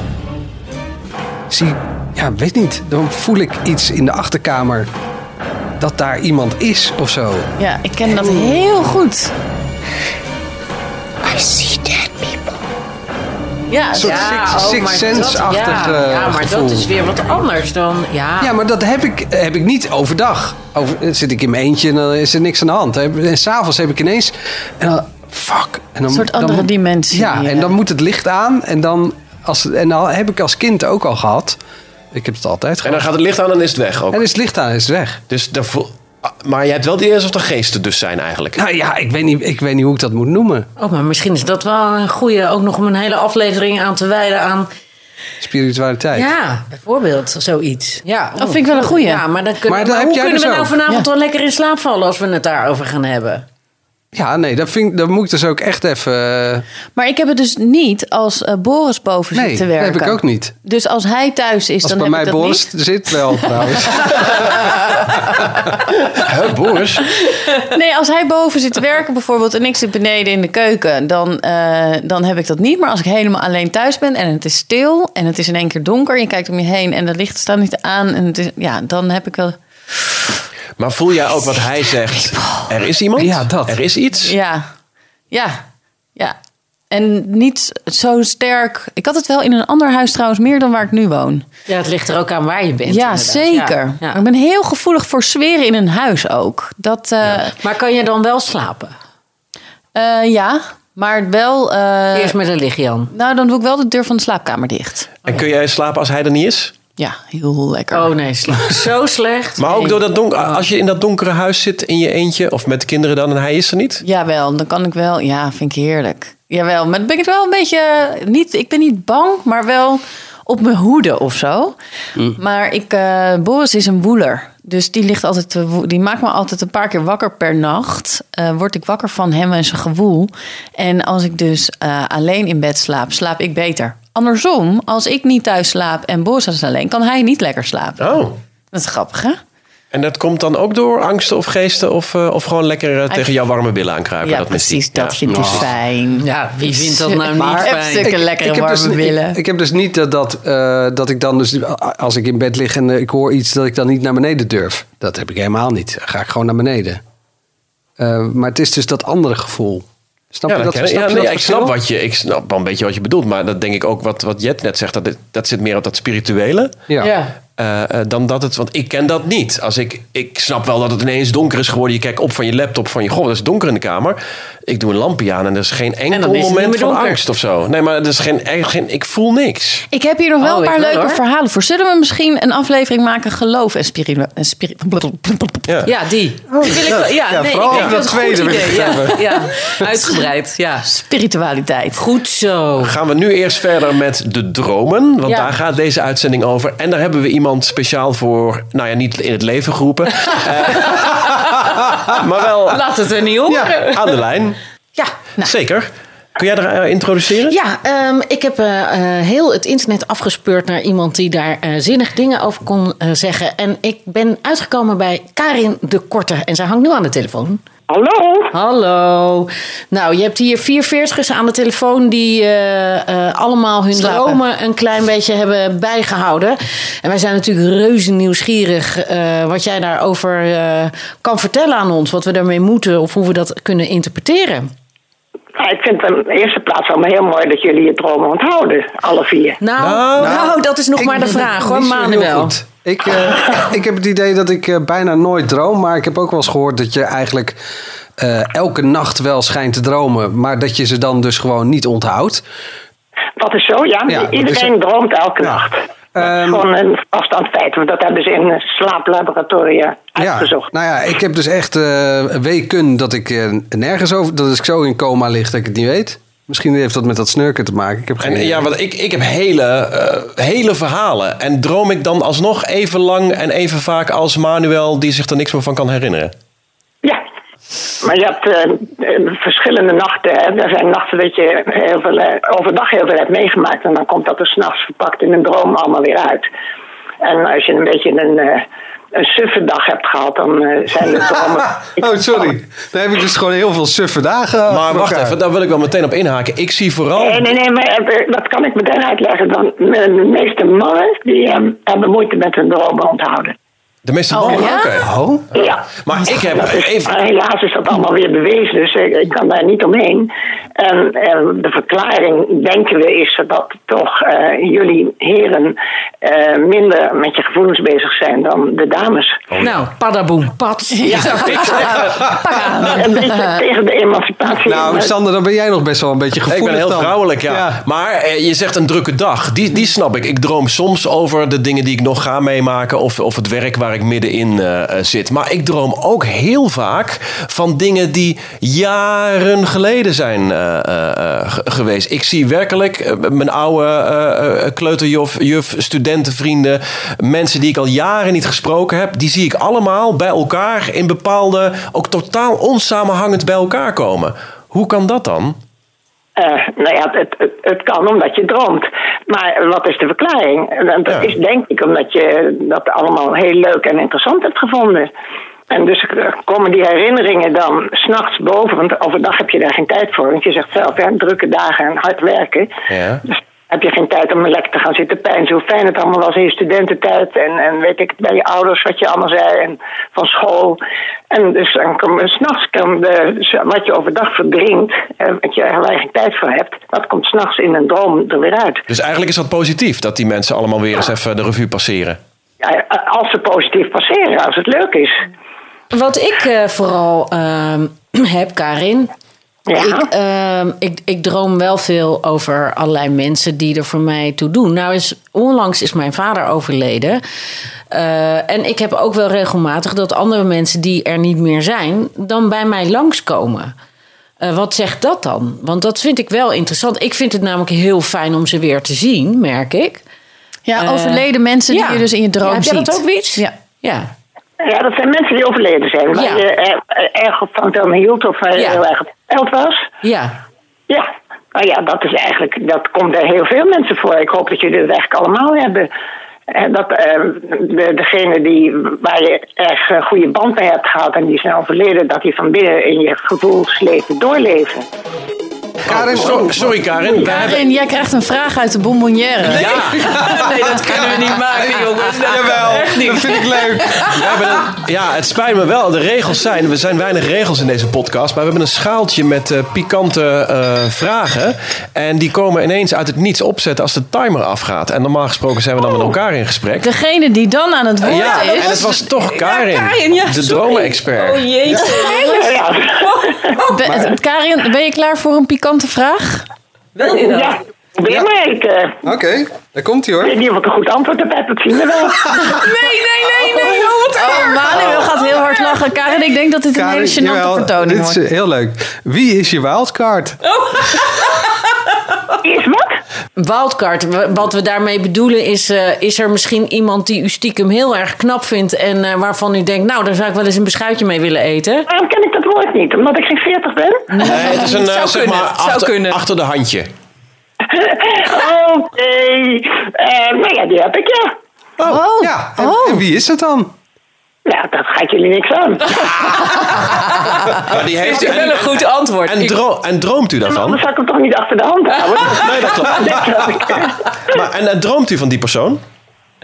Speaker 7: zie ik, ja, weet niet. Dan voel ik iets in de achterkamer. Dat daar iemand is of zo.
Speaker 8: ja, ik ken dat heel goed. I see dead people. Ja,
Speaker 7: soort Sixth-
Speaker 2: oh,
Speaker 7: Sixth
Speaker 2: maar
Speaker 7: Sense-achtig,
Speaker 2: dat- ja,
Speaker 7: eh,
Speaker 2: ja, maar
Speaker 7: gevoel.
Speaker 2: dat is weer wat anders dan. Ja,
Speaker 7: Ja, maar dat heb ik, heb ik niet overdag. Over, eh, zit ik in mijn eentje en dan is er niks aan de hand. En s'avonds heb ik ineens... En dan, fuck. En dan,
Speaker 8: Een soort andere
Speaker 7: dan,
Speaker 8: dimensie,
Speaker 7: Ja, en
Speaker 8: ja.
Speaker 7: dan moet het licht aan. En dan, als, en dan heb ik als kind ook al gehad. Ik heb het altijd
Speaker 5: En
Speaker 7: gehad.
Speaker 5: dan gaat het licht aan en is het weg ook.
Speaker 7: En is het licht aan en is het weg.
Speaker 5: Dus dan voel- Ah, Maar je hebt wel de eerste of de geesten dus zijn
Speaker 7: *laughs*
Speaker 5: eigenlijk.
Speaker 7: Nou ja, ik weet, niet, ik weet niet hoe ik dat moet noemen.
Speaker 2: Oh, maar misschien is dat wel een goede, ook nog om een hele aflevering aan te wijden aan.
Speaker 7: Spiritualiteit.
Speaker 2: Ja, bijvoorbeeld zoiets. Ja, oh.
Speaker 8: Dat vind ik wel een goeie.
Speaker 2: Ja, maar, dan kunnen,
Speaker 7: Maar dat
Speaker 2: maar
Speaker 7: heb
Speaker 2: hoe
Speaker 7: jij
Speaker 2: kunnen we
Speaker 7: dus
Speaker 2: nou
Speaker 7: ook.
Speaker 2: vanavond
Speaker 8: Ja.
Speaker 2: wel lekker in slaap vallen als we het daarover gaan hebben?
Speaker 7: Ja, nee, dat, vind, ik- dat moet ik dus ook echt even... eh,
Speaker 8: Maar ik heb het dus niet als eh, Boris boven
Speaker 7: Nee,
Speaker 8: zit te
Speaker 7: dat
Speaker 8: werken.
Speaker 7: heb ik ook niet.
Speaker 8: Dus als hij thuis is,
Speaker 7: Als
Speaker 8: dan
Speaker 7: bij
Speaker 8: heb
Speaker 7: mij
Speaker 8: ik dat
Speaker 7: Boris
Speaker 8: niet.
Speaker 7: zit
Speaker 8: *laughs*
Speaker 7: wel trouwens.
Speaker 5: Hè, Boris?
Speaker 8: Nee, als hij boven zit te werken bijvoorbeeld en ik zit beneden in de keuken, dan, eh, dan heb ik dat niet. Maar als ik helemaal alleen thuis ben en het is stil en het is in één keer donker, je kijkt om je heen en het licht staat niet aan, en het is, ja, dan heb ik wel.
Speaker 5: Maar voel jij ook wat hij zegt? Er is iemand?
Speaker 7: Ja, dat.
Speaker 5: Er is iets?
Speaker 8: Ja, ja, ja. En niet zo sterk. Ik had het wel in een ander huis trouwens meer dan waar ik nu woon.
Speaker 2: Ja, het ligt er ook aan waar je bent.
Speaker 8: Ja,
Speaker 2: inderdaad.
Speaker 8: zeker.
Speaker 2: Ja, ja.
Speaker 8: Ik ben heel gevoelig voor sferen in een huis ook. Dat, eh,
Speaker 2: Maar kan je dan wel slapen?
Speaker 8: eh, ja, maar wel. eh,
Speaker 2: Eerst met een lichtjan.
Speaker 8: Nou, dan doe ik wel de deur van de slaapkamer dicht.
Speaker 5: En kun jij slapen als hij er niet is?
Speaker 8: Ja, heel lekker.
Speaker 2: Oh nee,
Speaker 8: *laughs*
Speaker 2: sla- zo slecht.
Speaker 5: Maar ook
Speaker 2: Nee.
Speaker 5: door dat donker, als je in dat donkere huis zit in je eentje of met de kinderen dan en hij is er niet?
Speaker 8: Jawel, dan kan ik wel. Ja, vind ik heerlijk. Jawel, maar dan ben ik het wel een beetje... eh, Niet, ik ben niet bang, maar wel op mijn hoede of zo. Maar ik, eh, Boris is een woeler. Dus die, ligt altijd te wo- die maakt me altijd een paar keer wakker per nacht. Eh, word ik wakker van hem en zijn gewoel. En als ik dus eh, alleen in bed slaap, slaap ik beter. Andersom, als ik niet thuis slaap en Boris is alleen... kan hij niet lekker slapen.
Speaker 5: Oh.
Speaker 8: Dat is grappig, hè?
Speaker 5: En dat komt dan ook door angsten of geesten of, eh, of gewoon lekker eh, tegen jouw warme billen aankruipen?
Speaker 8: Ja,
Speaker 5: dat mystiek.
Speaker 8: precies. Dat
Speaker 5: Ja.
Speaker 8: vindt hij fijn.
Speaker 2: Ja, wie vindt dat nou niet
Speaker 8: Maar-
Speaker 2: fijn?
Speaker 8: Stukken lekkere warme
Speaker 7: dus,
Speaker 8: billen.
Speaker 7: Ik, ik heb dus niet dat, dat, eh, dat ik dan dus als ik in bed lig en eh, ik hoor iets dat ik dan niet naar beneden durf. Dat heb ik helemaal niet. Dan ga ik gewoon naar beneden. Eh, maar het is dus dat andere gevoel. Snap
Speaker 5: Ja,
Speaker 7: je
Speaker 5: dat
Speaker 7: dat?
Speaker 5: ken ik.
Speaker 7: snap
Speaker 5: Ja,
Speaker 7: je
Speaker 5: nee,
Speaker 7: dat
Speaker 5: ik snap
Speaker 7: verschil?
Speaker 5: wat je, ik snap wel een beetje wat je bedoelt, maar dat denk ik ook wat, wat Jet net zegt, dat, dit- dat zit meer op dat spirituele.
Speaker 7: Ja.
Speaker 2: Ja.
Speaker 5: Eh, eh, dan dat het, want ik ken dat niet. Als ik, ik snap wel dat het ineens donker is geworden. Je kijkt op van je laptop van je, goh, dat is donker in de kamer. Ik doe een lampje aan en er is geen enkel
Speaker 2: is het niet
Speaker 5: moment
Speaker 2: meer
Speaker 5: van
Speaker 2: donker.
Speaker 5: angst of zo. Nee, maar er is geen, echt geen, ik voel niks.
Speaker 8: Ik heb hier nog wel
Speaker 2: Oh,
Speaker 8: een paar
Speaker 2: ik wel,
Speaker 8: leuke
Speaker 2: hoor.
Speaker 8: verhalen voor. Zullen we misschien een aflevering maken geloof en spiritu... en spiri-
Speaker 5: Ja.
Speaker 2: Ja, die.
Speaker 8: Oh,
Speaker 2: Die wil ik wel- ja,
Speaker 7: ja,
Speaker 2: nee,
Speaker 7: vooral
Speaker 2: ik
Speaker 7: over
Speaker 2: vind het
Speaker 7: dat
Speaker 2: een goed
Speaker 7: tweede wil ik
Speaker 2: idee. Ja, ja, uitgebreid. Ja,
Speaker 8: spiritualiteit.
Speaker 2: goed zo.
Speaker 5: Gaan we nu eerst verder met de dromen, want
Speaker 2: Ja.
Speaker 5: daar gaat deze uitzending over. En daar hebben we iemand speciaal voor, nou ja, niet in het leven
Speaker 2: *laughs*
Speaker 5: geroepen, Eh, maar wel
Speaker 2: Laat het er niet op.
Speaker 5: aan de lijn.
Speaker 8: Ja, nou,
Speaker 5: Zeker. Kun jij er eh, introduceren?
Speaker 2: Ja, ehm, ik heb eh, eh, heel het internet afgespeurd naar iemand die daar eh, zinnig dingen over kon eh, zeggen. En ik ben uitgekomen bij Karin de Korte. En zij hangt nu aan de telefoon.
Speaker 9: Hallo?
Speaker 2: Hallo. Nou, je hebt hier 44ers aan de telefoon die eh, eh, allemaal hun
Speaker 8: Slapen.
Speaker 2: dromen een klein beetje hebben bijgehouden. En wij zijn natuurlijk reuze nieuwsgierig eh, wat jij daarover eh, kan vertellen aan ons. Wat we daarmee moeten of hoe we dat kunnen interpreteren.
Speaker 9: Nou, ik vind het in de eerste plaats allemaal heel mooi dat jullie je dromen onthouden, alle vier.
Speaker 2: Nou,
Speaker 5: Nou,
Speaker 2: nou, dat is nog
Speaker 7: Ik
Speaker 2: maar de
Speaker 7: ben
Speaker 2: vraag
Speaker 7: niet
Speaker 2: hoor,
Speaker 7: zo heel
Speaker 2: Manuel.
Speaker 7: goed. Ik, eh, *laughs* ik heb het idee dat ik eh, bijna nooit droom. Maar ik heb ook wel eens gehoord dat je eigenlijk eh, elke nacht wel schijnt te dromen. Maar dat je ze dan dus gewoon niet onthoudt.
Speaker 9: Dat is zo, ja.
Speaker 7: Ja, dat
Speaker 9: Iedereen
Speaker 7: is-
Speaker 9: droomt elke
Speaker 7: Ja.
Speaker 9: nacht. Dat is
Speaker 7: Ehm,
Speaker 9: gewoon een afstand feit, want dat hebben ze in eh, slaaplaboratoria uitgezocht.
Speaker 7: nou ja, ik heb dus echt eh weken dat ik eh, nergens over... Dat ik zo in coma lig dat ik het niet weet. Misschien heeft dat met dat snurken te maken. Ik heb geen
Speaker 5: En, eh, ja, want ik, ik heb hele, eh, hele verhalen. En droom ik dan alsnog even lang en even vaak als Manuel, die zich er niks meer van kan herinneren?
Speaker 9: Ja. Maar je hebt eh, eh, verschillende nachten. Hè. Er zijn nachten dat je heel veel, eh, overdag heel veel hebt meegemaakt. En dan komt dat er s'nachts verpakt in een droom allemaal weer uit. En als je een beetje een, eh, een suffe dag hebt gehad, dan eh,
Speaker 7: *laughs*
Speaker 9: zijn de dromen...
Speaker 7: Oh, sorry. Dan heb ik dus gewoon heel veel suffe dagen.
Speaker 5: Maar
Speaker 7: achter
Speaker 5: wacht
Speaker 7: Oh, elkaar.
Speaker 5: even, daar wil ik wel meteen op inhaken. Ik zie vooral...
Speaker 9: Nee, nee, nee, maar eh, dat kan ik meteen uitleggen. Dan, eh, de meeste mannen die eh, hebben moeite met hun dromen onthouden.
Speaker 5: De meeste mannen.
Speaker 8: ja?
Speaker 5: Oké.
Speaker 7: Oh?
Speaker 9: Ja.
Speaker 5: Maar ik heb
Speaker 9: Dat is-
Speaker 5: even...
Speaker 9: maar helaas is dat allemaal weer bewezen, dus eh, ik kan daar niet omheen. En, eh, de verklaring, denken we, is dat toch eh, jullie heren eh, minder met je gevoelens bezig zijn dan de dames.
Speaker 7: Oh,
Speaker 2: Nou, padaboom, pat. *laughs*
Speaker 9: Een beetje tegen de emancipatie.
Speaker 7: Nou,
Speaker 9: Maar-
Speaker 7: Sander, dan ben jij nog best wel een beetje
Speaker 5: Ik
Speaker 7: gevoelig
Speaker 5: ben heel
Speaker 7: dan.
Speaker 5: vrouwelijk, ja. Maar eh, je zegt een drukke dag. Die, die snap ik. Ik droom soms over de dingen die ik nog ga meemaken. Of, of het werk waar ik middenin eh, eh, zit. Maar ik droom ook heel vaak van dingen die jaren geleden zijn eh, eh, eh, ge- geweest. Ik zie werkelijk eh, mijn oude eh, eh, kleuterjuf, juf, studentenvrienden. Mensen die ik al jaren niet gesproken heb. Die zie ik allemaal bij elkaar in bepaalde, ook totaal onsamenhangend bij elkaar komen. Hoe kan dat dan?
Speaker 9: Eh, nou ja, het, het, het kan omdat je droomt. Maar wat is de verklaring? En Dat
Speaker 5: Ja.
Speaker 9: is denk ik omdat je dat allemaal heel leuk en interessant hebt gevonden. En dus eh, komen die herinneringen dan s'nachts boven, want overdag heb je daar geen tijd voor. Want je zegt zelf, hè, drukke dagen en hard werken.
Speaker 5: Ja.
Speaker 9: Dus heb je geen tijd om lekker te gaan zitten pijnzen. Hoe fijn het allemaal was in je studententijd. En, en weet ik, het, bij je ouders wat je allemaal zei. En van school. En dus dan kom s'nachts, wat je overdag verdrinkt. eh, Wat je er geen tijd voor hebt. Dat komt s'nachts in een droom er weer uit.
Speaker 5: Dus eigenlijk is dat positief dat die mensen allemaal weer eens even de revue passeren.
Speaker 9: Ja, als ze positief passeren. Als het leuk is.
Speaker 2: Wat ik eh, vooral ehm, *clears throat* heb, Karin.
Speaker 9: Ja.
Speaker 2: Ik, ehm, ik, ik droom wel veel over allerlei mensen die er voor mij toe doen. Nou, is, onlangs is mijn vader overleden. Eh, en ik heb ook wel regelmatig dat andere mensen die er niet meer zijn, dan bij mij langskomen. Eh, wat zegt dat dan? Want dat vind ik wel interessant. Ik vind het namelijk heel fijn om ze weer te zien, merk ik.
Speaker 8: Ja,
Speaker 2: Eh,
Speaker 8: overleden mensen
Speaker 2: ja.
Speaker 8: die je dus in je droom
Speaker 2: Ja, heb
Speaker 8: ziet.
Speaker 2: jij dat ook, Wiets?
Speaker 8: Ja.
Speaker 2: Ja.
Speaker 9: Ja, dat zijn mensen die overleden zijn. Waar
Speaker 2: Ja.
Speaker 9: je eh, erg van dan hield of eh,
Speaker 2: Ja.
Speaker 9: heel erg geld was.
Speaker 2: Ja.
Speaker 9: Ja, nou ja, dat is eigenlijk, dat komt er heel veel mensen voor. Ik hoop dat jullie het eigenlijk allemaal hebben. En dat eh, de, degene die, waar je erg een goede band mee hebt gehad en die zijn overleden, dat die van binnen in je gevoelsleven doorleven.
Speaker 7: Karin,
Speaker 5: Oh, so- sorry Karin. wij hebben-
Speaker 8: Karin, jij krijgt een vraag uit de bonbonnière.
Speaker 5: ja,
Speaker 2: Nee, dat kunnen we niet maken, jongens.
Speaker 7: Jawel, dat vind ik
Speaker 5: *laughs*
Speaker 7: leuk.
Speaker 5: we hebben een- ja, het spijt me wel. De regels zijn, we zijn weinig regels in deze podcast, maar we hebben een schaaltje met eh, pikante eh, vragen. En die komen ineens uit het niets opzetten als de timer afgaat. En normaal gesproken zijn we
Speaker 2: Oh.
Speaker 5: dan met elkaar in gesprek.
Speaker 8: Degene die dan aan het woord
Speaker 5: ja,
Speaker 8: is...
Speaker 5: en het was toch Karin,
Speaker 3: Karin, ja,
Speaker 5: de
Speaker 3: sorry.
Speaker 2: Oh,
Speaker 5: dromen-expert.
Speaker 9: Ja,
Speaker 8: Be- Karin, ben je klaar voor een pikante vraag?
Speaker 3: Wel in
Speaker 9: ja. probeer maar. Ik eh, ik
Speaker 7: Oké, daar komt hij hoor.
Speaker 9: weet niet of ik een goed antwoord heb, dat zien we wel.
Speaker 3: Nee, nee, nee, nee. Oh, wat
Speaker 8: Oh, Manuel gaat heel hard lachen. Karin, ik denk dat dit een
Speaker 7: Karin,
Speaker 8: hele gênante
Speaker 7: jawel,
Speaker 8: vertoning
Speaker 7: dit is eh,
Speaker 8: wordt.
Speaker 7: heel leuk. Wie is je wildcard?
Speaker 9: Is wat?
Speaker 2: Wildcard, w- wat we daarmee bedoelen is... eh, is er misschien iemand die u stiekem heel erg knap vindt... en eh, waarvan u denkt, nou, daar zou ik wel eens een beschuitje mee willen eten?
Speaker 9: Waarom ken ik dat woord niet? Omdat ik geen 40 ben?
Speaker 5: Nee, het is een, eh,
Speaker 2: Zou
Speaker 5: zeg
Speaker 2: kunnen,
Speaker 5: maar,
Speaker 2: zou
Speaker 5: achter,
Speaker 2: kunnen.
Speaker 5: achter de handje.
Speaker 9: *laughs* Oké. Eh, nou ja, die heb ik, ja.
Speaker 8: Oh,
Speaker 7: Ja, en,
Speaker 8: oh.
Speaker 7: en wie is het dan?
Speaker 9: Nou, dat gaat jullie niks aan.
Speaker 5: Maar die heeft,
Speaker 2: Wel
Speaker 5: en,
Speaker 2: een goed antwoord.
Speaker 5: en, dro- en droomt u daarvan?
Speaker 9: Anders zou ik hem toch niet achter de hand
Speaker 5: *laughs*
Speaker 9: houden.
Speaker 5: Ah, Nee, dat
Speaker 9: *laughs*
Speaker 5: klopt.
Speaker 9: Dat snap ik.
Speaker 5: Maar, en, en droomt u van die persoon?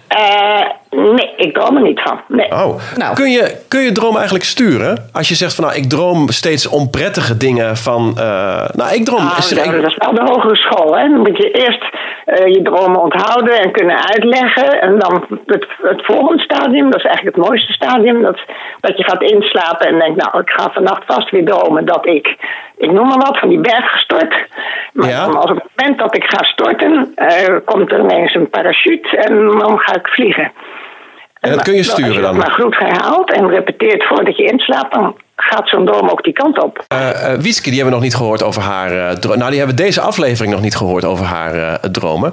Speaker 9: Eh, nee, ik droom er niet van. Nee.
Speaker 5: Oh.
Speaker 2: Nou.
Speaker 5: Kun, je, kun je droom eigenlijk sturen? Als je zegt van nou, ik droom steeds onprettige dingen van. eh, nou, ik droom.
Speaker 9: Ah,
Speaker 5: is er-
Speaker 9: nou,
Speaker 5: ik-
Speaker 9: dat is wel de hogere school. Hè? Dan moet je eerst eh, je dromen onthouden en kunnen uitleggen. En dan het, het volgende stadium, dat is eigenlijk het mooiste stadium. Dat, dat je gaat inslapen en denkt, nou, ik ga vannacht vast weer dromen dat ik, ik noem maar wat, van die berg gestort. Maar
Speaker 5: Ja.
Speaker 9: dan, als op het moment dat ik ga storten, eh, komt er ineens een parachute en dan ga ik vliegen.
Speaker 5: en dat kun je
Speaker 9: Als
Speaker 5: sturen
Speaker 9: je dat
Speaker 5: dan.
Speaker 9: maar goed herhaalt en repeteert voordat je inslaapt, dan gaat zo'n droom ook die kant op.
Speaker 5: Eh, eh, Wietske, die hebben we nog niet gehoord over haar. eh, dro- nou, die hebben we deze aflevering nog niet gehoord over haar eh, dromen.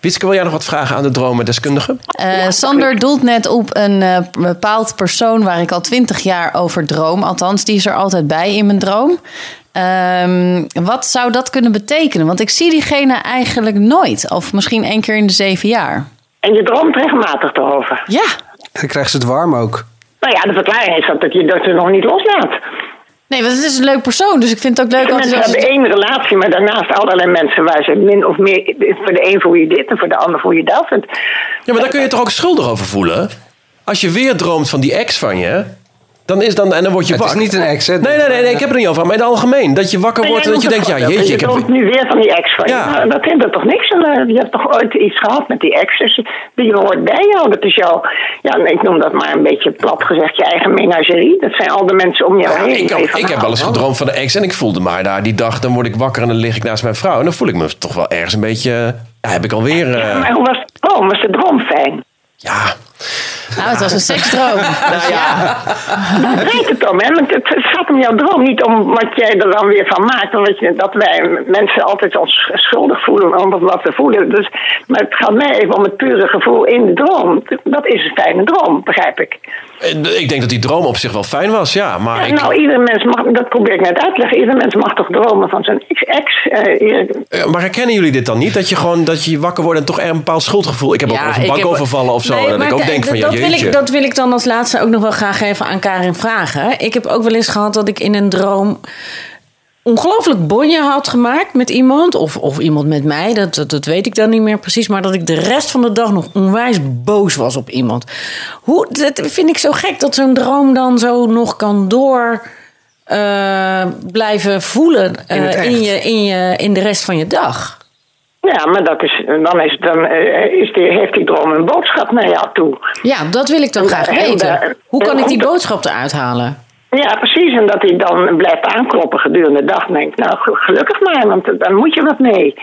Speaker 5: Wietske, wil jij nog wat vragen aan de dromendeskundige?
Speaker 8: Eh, Sander doelt net op een eh, bepaald persoon waar ik al twintig jaar over droom. Althans, die is er altijd bij in mijn droom. Ehm, wat zou dat kunnen betekenen? Want ik zie diegene eigenlijk nooit. Of misschien één keer in de zeven jaar.
Speaker 9: En je droomt regelmatig erover.
Speaker 8: Ja.
Speaker 7: En dan krijgt ze het warm ook.
Speaker 9: Nou ja, de verklaring is dat, dat je dat er nog niet loslaat.
Speaker 8: Nee, want het is een leuk persoon. Dus ik vind het ook leuk altijd
Speaker 9: mensen
Speaker 8: als
Speaker 9: hebben
Speaker 8: het-
Speaker 9: één relatie, maar daarnaast allerlei mensen waar ze min of meer. Voor de een voel je dit en voor de ander voel je dat. En,
Speaker 5: Ja, maar daar kun je toch ook schuldig over voelen? Als je weer droomt van die ex van je, dan is dan. En dan word je
Speaker 7: Het is
Speaker 5: wakker.
Speaker 7: niet een ex, hè?
Speaker 5: Nee, nee, nee, nee, ik heb er niet over. Maar in het algemeen. Dat je wakker wordt en dat je denkt, ja, jeetje, ik
Speaker 9: Je
Speaker 5: heb.
Speaker 9: droomt nu weer van die ex van je.
Speaker 5: Ja.
Speaker 9: Nou, dat hindert toch niks? En, eh, je hebt toch ooit iets gehad met die ex? Dus die hoort bij jou. Dat is jouw. Ja, ik noem dat maar een beetje plat gezegd, je eigen menagerie. Dat zijn al de mensen om jou heen.
Speaker 5: Ik,
Speaker 9: Even
Speaker 5: ik heb wel eens gedroomd van de ex en ik voelde maar daar die dag, dan word ik wakker en dan lig ik naast mijn vrouw. En dan voel ik me toch wel ergens een beetje. Ja, heb ik alweer. eh,
Speaker 9: Ja, Maar hoe was de droom? Was de droom fijn?
Speaker 5: ja.
Speaker 8: Nou, het was een
Speaker 2: *laughs*
Speaker 8: seksdroom.
Speaker 2: Nou,
Speaker 8: Dus ja.
Speaker 9: Daar draait het om, hè? Want het, het gaat om jouw droom, niet om wat jij er dan weer van maakt. Omdat je, dat wij mensen altijd ons schuldig voelen om wat we voelen. Dus, maar het gaat mij even om het pure gevoel in de droom. Dat is een fijne droom, begrijp ik.
Speaker 5: Eh, Ik denk dat die droom op zich wel fijn was, ja. Maar
Speaker 9: Ja,
Speaker 5: ik,
Speaker 9: nou, ieder mens mag, dat probeer ik net uit te leggen, ieder mens mag toch dromen van zijn ex. eh, je-
Speaker 5: Eh, maar herkennen jullie dit dan niet? Dat je gewoon dat je wakker wordt en toch er een bepaald schuldgevoel. Ik heb ook wel eens een
Speaker 2: ik
Speaker 5: bank
Speaker 2: heb-
Speaker 5: overvallen of zo.
Speaker 2: Nee,
Speaker 5: en dat
Speaker 2: maar
Speaker 5: ik ook
Speaker 2: kijk,
Speaker 5: denk van, ja,
Speaker 2: dat wil,
Speaker 5: jeetje.
Speaker 2: ik, dat wil ik dan als laatste ook nog wel graag even aan Karin vragen. Ik heb ook wel eens gehad dat ik in een droom ongelooflijk bonje had gemaakt met iemand. Of, of iemand met mij, dat, dat, dat weet ik dan niet meer precies. Maar dat ik de rest van de dag nog onwijs boos was op iemand. Hoe, dat vind ik zo gek dat zo'n droom dan zo nog kan door... eh, blijven voelen eh,
Speaker 7: In het echt.
Speaker 2: in, je, in, je, in de rest van je dag.
Speaker 9: ja, maar dat is, dan, is, dan eh, is die, heeft die droom een boodschap naar jou toe.
Speaker 2: Ja, dat wil ik dan graag
Speaker 9: Ja, en
Speaker 2: weten.
Speaker 9: daar-
Speaker 2: Hoe kan ik die
Speaker 9: en-
Speaker 2: boodschap eruit halen?
Speaker 9: Ja, precies. En dat hij dan blijft aankloppen gedurende de dag. En denkt, nou, gel- gelukkig maar, want daar moet je wat mee.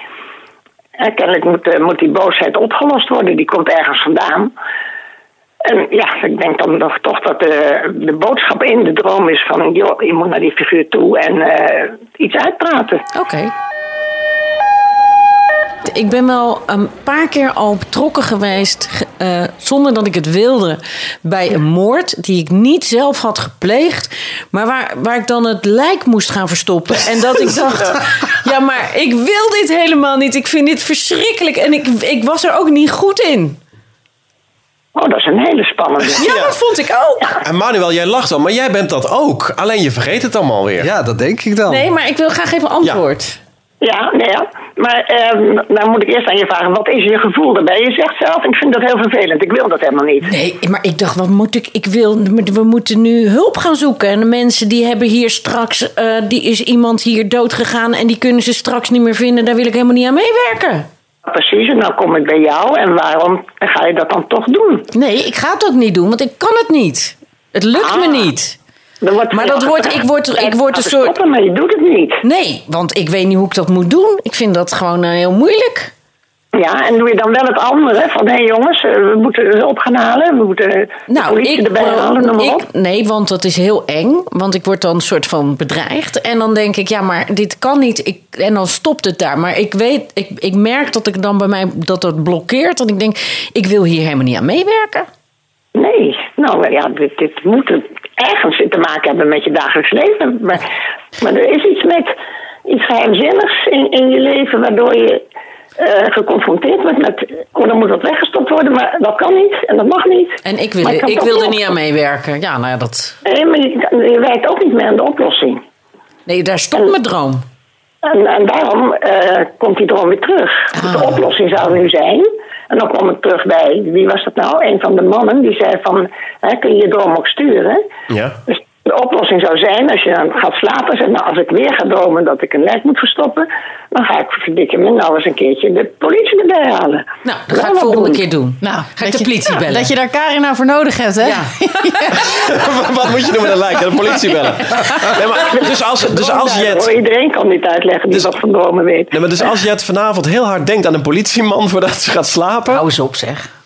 Speaker 9: En kennelijk moet, eh, moet die boosheid opgelost worden. Die komt ergens vandaan. En ja, ik denk dan nog toch dat de, de boodschap in de droom is van... joh, je moet naar die figuur toe en eh, iets uitpraten.
Speaker 2: Oké. Ik ben wel een paar keer al betrokken geweest, ge- eh, zonder dat ik het wilde, bij een moord die ik niet zelf had gepleegd, maar waar, waar ik dan het lijk moest gaan verstoppen. En dat ik dacht, ja, maar ik wil dit helemaal niet. Ik vind dit verschrikkelijk en ik, ik was er ook niet goed in.
Speaker 9: Oh, dat is een hele
Speaker 2: *laughs*
Speaker 9: spannende.
Speaker 2: Ja, dat vond ik ook.
Speaker 5: En Manuel, jij lacht wel, maar jij bent dat ook. Alleen je vergeet het allemaal weer.
Speaker 7: Ja, dat denk ik dan.
Speaker 2: Nee, maar ik wil graag even antwoord.
Speaker 9: Ja, nee, ja. Maar ehm nou moet ik eerst aan je vragen, wat is je gevoel daarbij? Je zegt zelf, ik vind dat heel vervelend. Ik wil dat helemaal niet.
Speaker 2: Nee, maar ik dacht, wat moet ik? Ik wil, we moeten nu hulp gaan zoeken. En de mensen die hebben hier straks, eh, die is iemand hier dood gegaan en die kunnen ze straks niet meer vinden. Daar wil ik helemaal niet aan meewerken.
Speaker 9: Precies, en dan kom ik bij jou. En waarom ga je dat dan toch doen?
Speaker 2: Nee, ik ga het ook niet doen, want ik kan het niet. Het lukt me
Speaker 9: Ah.
Speaker 2: niet.
Speaker 9: Dan wordt
Speaker 2: Maar dat wordt- ik word- ik word een
Speaker 9: Laten
Speaker 2: soort-
Speaker 9: Stoppen, maar je doet het niet.
Speaker 2: Nee, want ik weet niet hoe ik dat moet doen. Ik vind dat gewoon eh, heel moeilijk.
Speaker 9: Ja, en doe je dan wel het andere? Van hé jongens, eh, we moeten hulp gaan halen. We moeten de politie erbij halen, noem maar
Speaker 2: Nou, ik-
Speaker 9: op.
Speaker 2: nee, want dat is heel eng. Want ik word dan een soort van bedreigd. En dan denk ik, ja, maar dit kan niet. Ik, en dan stopt het daar. Maar ik weet, ik, ik merk dat ik dan bij mij dat dat blokkeert. Dat ik denk, ik wil hier helemaal niet aan meewerken.
Speaker 9: Nee, nou ja, dit, dit moet ergens te maken hebben met je dagelijks leven. Maar, maar er is iets met iets geheimzinnigs in, in je leven waardoor je eh, geconfronteerd wordt met, oh dan moet dat weggestopt worden, maar dat kan niet en dat mag niet.
Speaker 2: En ik
Speaker 9: Maar
Speaker 2: wil,
Speaker 9: kan
Speaker 2: ik
Speaker 9: toch
Speaker 2: wil er
Speaker 9: wel-
Speaker 2: niet aan meewerken. Ja, nou ja, dat.
Speaker 9: Nee, maar je, kan- je werkt ook niet meer aan de oplossing.
Speaker 2: Nee, daar stopt mijn droom.
Speaker 9: En, en daarom eh, komt die droom weer terug. Dus
Speaker 2: Ah.
Speaker 9: de oplossing zou nu zijn. En dan kom ik terug bij, wie was dat nou? Een van de mannen die zei van, hè, kun je je droom ook sturen?
Speaker 5: Ja. *laughs*
Speaker 9: Dus de oplossing zou zijn, als je dan gaat slapen, zeg nou, als ik weer ga dromen dat ik een lijk moet verstoppen, dan ga ik verdikken me nou eens een keertje de politie erbij halen.
Speaker 2: Nou, dat ga
Speaker 9: Nou,
Speaker 2: ik
Speaker 9: wat
Speaker 2: volgende
Speaker 9: doen.
Speaker 2: keer doen.
Speaker 8: Nou,
Speaker 2: ga ik
Speaker 8: dat
Speaker 2: de
Speaker 8: je-
Speaker 2: politie
Speaker 8: ja,
Speaker 2: bellen.
Speaker 8: Dat je daar Karina voor nodig hebt, hè? *laughs*
Speaker 2: Ja.
Speaker 5: Wat moet je doen met een lijk? Ja, De politie bellen. Nee, maar, dus als, dus als
Speaker 9: Nou, Hoor,
Speaker 5: Jet...
Speaker 9: iedereen kan dit uitleggen die
Speaker 5: Dus-
Speaker 9: wat van dromen weet.
Speaker 5: Nee, maar dus als Jet vanavond heel hard denkt aan een politieman *laughs* voordat ze gaat slapen.
Speaker 2: Hou eens op, zeg.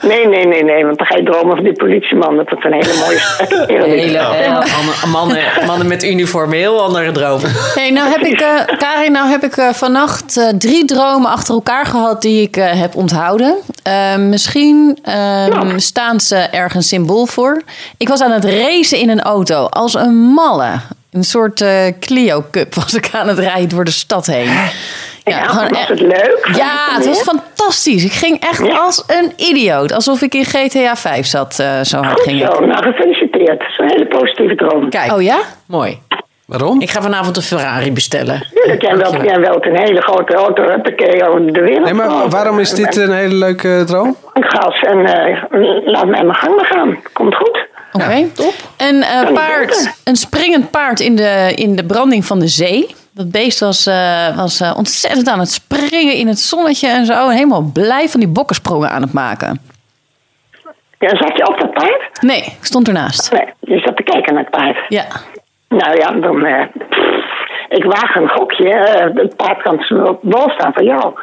Speaker 9: Nee, nee, nee, nee, want dan ga je dromen van die politieman. Dat het een hele mooie kerel is.
Speaker 2: Hele, eh, mannen- mannen, mannen met uniform, heel andere droom.
Speaker 8: Hey, nou heb ik, eh Karin, nou heb ik eh, vannacht eh, drie dromen achter elkaar gehad die ik eh, heb onthouden. Eh, misschien eh, staan ze ergens symbool voor. Ik was aan het racen in een auto als een malle. Een soort eh, Clio Cup *laughs* was ik aan het rijden door de stad heen.
Speaker 9: Ja, was
Speaker 8: eh,
Speaker 9: het leuk? Vond je
Speaker 8: Ja, het was
Speaker 9: leuk?
Speaker 8: fantastisch. Ik ging echt
Speaker 9: Ja.
Speaker 8: als een idioot. Alsof ik in GTA 5 zat. eh, zo hard ging ik.
Speaker 9: Zo, nou gefeliciteerd. Zo'n hele positieve droom.
Speaker 2: Kijk,
Speaker 8: Oh ja?
Speaker 2: mooi.
Speaker 7: Waarom?
Speaker 2: Ik ga vanavond een Ferrari bestellen.
Speaker 9: Tuurlijk, jij wilt, jij wilt een hele grote auto, huppakee, over de wereld.
Speaker 7: Nee, maar waarom is dit eh, een hele leuke droom?
Speaker 9: Een gas en eh, laat mij mijn gang maar gaan. Komt goed.
Speaker 8: Oké. Een eh, paard, een springend paard in de, in de branding van de zee. Dat beest was, eh, was eh, ontzettend aan het springen in het zonnetje en zo. En helemaal blij van die bokkensprongen aan het maken.
Speaker 9: Ja, zat je op dat paard?
Speaker 8: Nee, ik stond ernaast.
Speaker 9: Nee, je zat te kijken naar het paard.
Speaker 8: Ja.
Speaker 9: Nou ja, dan... eh, pff, ik waag een gokje. eh, het paard kan bol staan voor jou.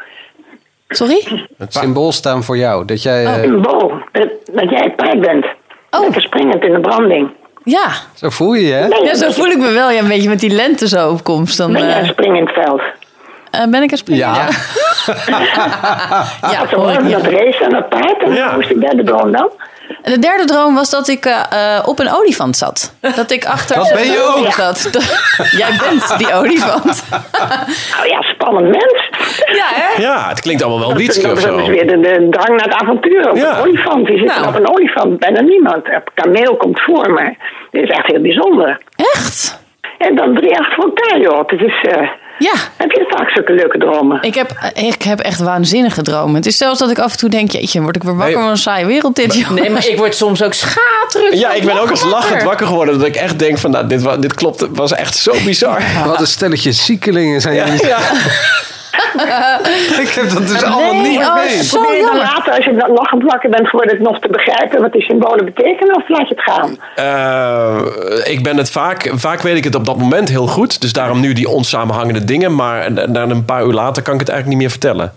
Speaker 8: Sorry?
Speaker 7: Het symbool staan voor jou. Dat jij, eh,
Speaker 9: Een bol. Dat, dat jij het paard bent.
Speaker 8: Oh.
Speaker 9: Lekker springend in de branding.
Speaker 8: Ja.
Speaker 7: zo voel je je, hè?
Speaker 9: Nee,
Speaker 8: ja, zo voel ik me wel. Ja, een beetje met die lente zo opkomst. Dan
Speaker 9: Ben jij
Speaker 8: eh,
Speaker 9: een springend veld?
Speaker 8: eh, ben ik aan het springen.
Speaker 7: Ja.
Speaker 8: ja
Speaker 9: Zo
Speaker 8: hoor Oh, ik
Speaker 9: hoor
Speaker 8: niet.
Speaker 9: dat race en dat paard. En
Speaker 5: Ja.
Speaker 9: hoe is die derde droom dan?
Speaker 8: En de derde droom was dat ik eh, eh, op een olifant zat. Dat ik achter...
Speaker 7: Dat ben je ook.
Speaker 8: Zat. *laughs* Jij bent die olifant.
Speaker 9: Nou ja, spannend mens.
Speaker 8: ja, hè?
Speaker 5: Ja, het klinkt allemaal wel Wietske
Speaker 9: dat
Speaker 5: of
Speaker 9: is
Speaker 5: zo.
Speaker 9: weer de, de drang naar het avontuur. Op
Speaker 5: Ja.
Speaker 9: een olifant. Die zit
Speaker 8: Nou.
Speaker 9: op een olifant. Bijna niemand. Het kameel komt voor, maar dit is echt heel bijzonder.
Speaker 8: Echt?
Speaker 9: En dan drie achter elkaar, joh. Het is, eh,
Speaker 8: Ja.
Speaker 9: heb je vaak zulke leuke dromen?
Speaker 8: Ik heb, ik heb echt waanzinnige dromen. Het is zelfs dat ik af en toe denk... jeetje, word ik weer wakker
Speaker 5: Nee.
Speaker 8: van een saaie wereld dit jaar.
Speaker 2: Nee, maar ik word soms ook schaterend.
Speaker 5: Ja, ik ben ook eens lachend
Speaker 2: wakker.
Speaker 5: wakker geworden. Dat ik echt denk van, nou, dit, wa- dit klopt. Het was echt zo bizar.
Speaker 7: Wat een stelletje ziekelingen
Speaker 5: *laughs*
Speaker 7: zijn jullie. *laughs* Ik heb dat dus allemaal niet
Speaker 8: oh,
Speaker 7: mee.
Speaker 8: zo
Speaker 9: Probeer je dan
Speaker 8: jammer.
Speaker 9: later, als je dan lachend wakker bent geworden, het nog te begrijpen wat die symbolen betekenen? Of laat je het gaan?
Speaker 5: Eh, ik ben het vaak, vaak weet ik het op dat moment heel goed. Dus daarom nu die onsamenhangende dingen. Maar na- na een paar uur later kan ik het eigenlijk niet meer vertellen.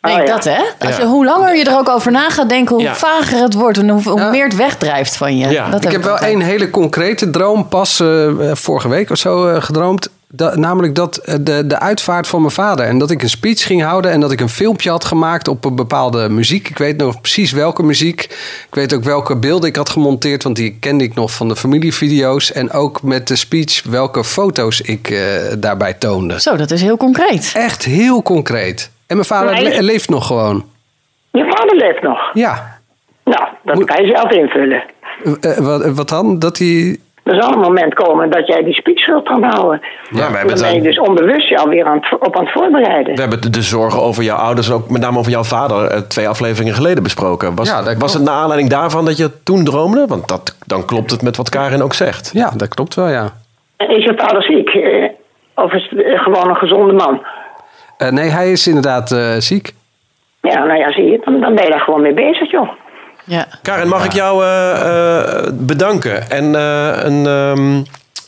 Speaker 8: Nee,
Speaker 9: Oh, ja.
Speaker 8: dat hè. Als je,
Speaker 5: Ja.
Speaker 8: hoe langer je er ook over na gaat denken... hoe
Speaker 5: Ja.
Speaker 8: vager het wordt en hoe, hoe meer het wegdrijft van je.
Speaker 5: Ja.
Speaker 8: Dat
Speaker 7: Ik heb wel
Speaker 8: altijd.
Speaker 7: één hele concrete droom pas eh, eh, vorige week of zo eh, gedroomd. Da- namelijk dat eh, de, de uitvaart van mijn vader. En dat ik een speech ging houden en dat ik een filmpje had gemaakt op een bepaalde muziek. Ik weet nog precies welke muziek. Ik weet ook welke beelden ik had gemonteerd, want die kende ik nog van de familievideo's. En ook met de speech welke foto's ik eh, daarbij toonde.
Speaker 8: Zo, dat is heel concreet.
Speaker 7: Echt heel concreet. En mijn vader
Speaker 9: Nee.
Speaker 7: le- leeft nog gewoon.
Speaker 9: Je vader leeft nog.
Speaker 7: Ja.
Speaker 9: Nou, dat
Speaker 7: Moet-
Speaker 9: kan je zelf invullen.
Speaker 7: Eh, wat, wat dan? Dat hij.
Speaker 9: Er zal een moment komen dat jij die speech zult gaan houden.
Speaker 5: Ja, we
Speaker 9: En
Speaker 5: hebben,
Speaker 9: dan ben je
Speaker 5: het,
Speaker 9: dus onbewust je alweer aan het, vo- op aan het voorbereiden.
Speaker 5: we hebben het- de zorgen over jouw ouders. en Ook met name over jouw vader. eh, Twee afleveringen geleden besproken. Was,
Speaker 7: Ja, dat
Speaker 5: was
Speaker 7: klopt.
Speaker 5: het naar aanleiding daarvan dat je het toen droomde? Want dat, dan klopt het met wat Karin ook zegt.
Speaker 7: Ja, dat klopt wel, ja.
Speaker 9: Is je vader ziek? Eh,
Speaker 2: Oh,
Speaker 9: Of is het eh, gewoon een gezonde man?
Speaker 7: Eh, nee, hij is inderdaad eh, ziek.
Speaker 9: Ja, nou ja, zie je, dan, dan ben je daar gewoon mee bezig, joh.
Speaker 8: Ja.
Speaker 5: Karin, mag ik jou eh, eh, bedanken en eh, een ehm,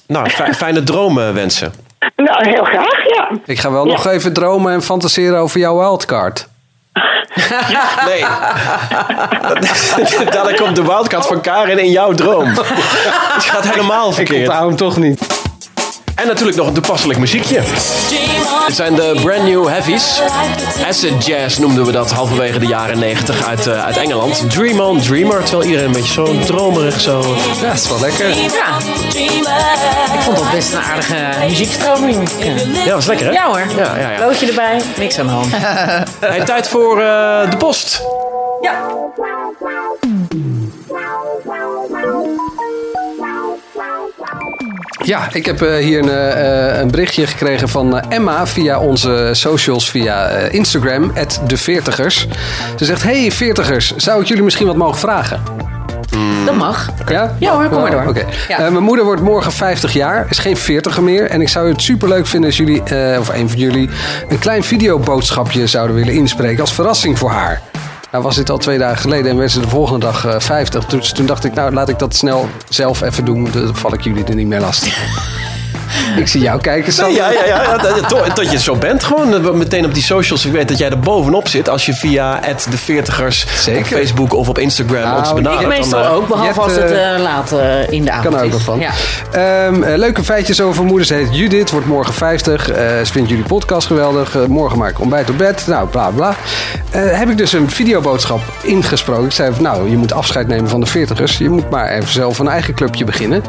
Speaker 5: nou,
Speaker 7: *laughs*
Speaker 5: fi- fijne droom eh, wensen?
Speaker 9: Nou, heel graag, ja.
Speaker 7: Ik ga wel
Speaker 9: Ja.
Speaker 7: nog even dromen en fantaseren over jouw wildcard. *laughs*
Speaker 5: Nee. *laughs* Dadelijk komt de wildcard van Karin in jouw
Speaker 7: *laughs*
Speaker 5: droom. Het gaat helemaal verkeerd.
Speaker 7: Onthoud hem toch niet.
Speaker 5: En natuurlijk nog een toepasselijk muziekje. Dit zijn de brand new heavies. Acid jazz noemden we dat halverwege de jaren 90 uit, eh, uit Engeland. Dream on dreamer, terwijl iedereen een beetje zo dromerig zo...
Speaker 7: Ja, dat is wel lekker.
Speaker 2: Ja, ik vond dat best een aardige muziekstroming. Ja,
Speaker 5: Ja, was lekker hè?
Speaker 2: ja hoor.
Speaker 5: Ja, ja, ja.
Speaker 2: Loodje erbij, niks aan de hand.
Speaker 5: Hey, tijd voor eh, de post.
Speaker 7: Ja, ik heb eh, hier een, eh, een berichtje gekregen van eh, Emma via onze socials, via eh, Instagram, de Veertigers. Ze zegt, hey Veertigers, zou ik jullie misschien wat mogen vragen?
Speaker 2: *laughs* Dat mag.
Speaker 7: Ja?
Speaker 2: Ja hoor, kom maar door.
Speaker 7: Oké.
Speaker 2: Ja.
Speaker 7: Eh, mijn moeder wordt morgen 50 jaar, is geen 40 meer. En ik zou het superleuk vinden als jullie, eh, of een van jullie, een klein videoboodschapje zouden willen inspreken als verrassing voor haar. Nou was dit al twee dagen geleden en werd ze de volgende dag eh, 50. Dus toen dacht ik, nou laat ik dat snel zelf even doen. Dan val ik jullie er niet meer
Speaker 2: *laughs*
Speaker 7: lastig. ik zie jou kijken, Sam.
Speaker 5: Ja, ja, ja. ja, dat- dat- Dat je zo bent gewoon. eh, Meteen op die socials. Ik weet dat jij er bovenop zit. Als je via de 40ers op
Speaker 7: Zeker.
Speaker 5: Facebook of op Instagram
Speaker 7: Nou,
Speaker 5: ons
Speaker 7: ik
Speaker 5: benadert.
Speaker 2: Ik
Speaker 5: dan,
Speaker 2: meestal
Speaker 5: eh,
Speaker 2: ook, behalve
Speaker 7: je
Speaker 2: als
Speaker 7: hebt,
Speaker 2: het eh, laat eh, in de avond
Speaker 7: Kan er ook
Speaker 2: is.
Speaker 7: wat van.
Speaker 2: Ja.
Speaker 7: Ehm, eh, leuke feitjes over moeders. Ze heet Judith, wordt morgen 50. Eh, ze vindt jullie podcast geweldig. Eh, morgen maak ik ontbijt op bed. Nou, bla bla. Eh, heb ik dus een videoboodschap ingesproken. Ik zei van, nou, je moet afscheid nemen van de 40ers. Je moet maar even zelf een eigen clubje beginnen.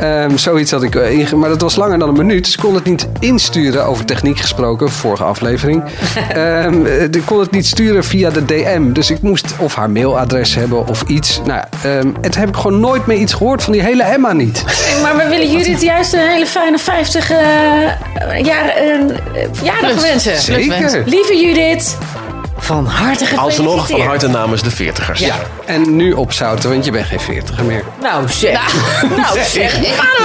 Speaker 7: Ehm, zoiets had ik eh, inge... Maar dat was langer dan een minuut. Dus ik kon het niet insturen. Over techniek gesproken, vorige aflevering. Ehm, eh, ik kon het niet sturen via de DM. Dus ik moest of haar mailadres hebben of iets. Nou, ja, ehm, en toen heb ik gewoon nooit meer iets gehoord van die hele Emma niet.
Speaker 3: Maar we willen Judith juist een hele fijne 50 eh jaar, eh, verjaardag wensen.
Speaker 7: Zeker.
Speaker 3: Lieve Judith,
Speaker 2: Van harte gefeliciteerd.
Speaker 5: Alsnog van harte namens de 40ers. Ja. *laughs*
Speaker 7: En nu opzouten, want je bent geen veertiger meer.
Speaker 2: Nou zeg. *laughs* Nou zeg.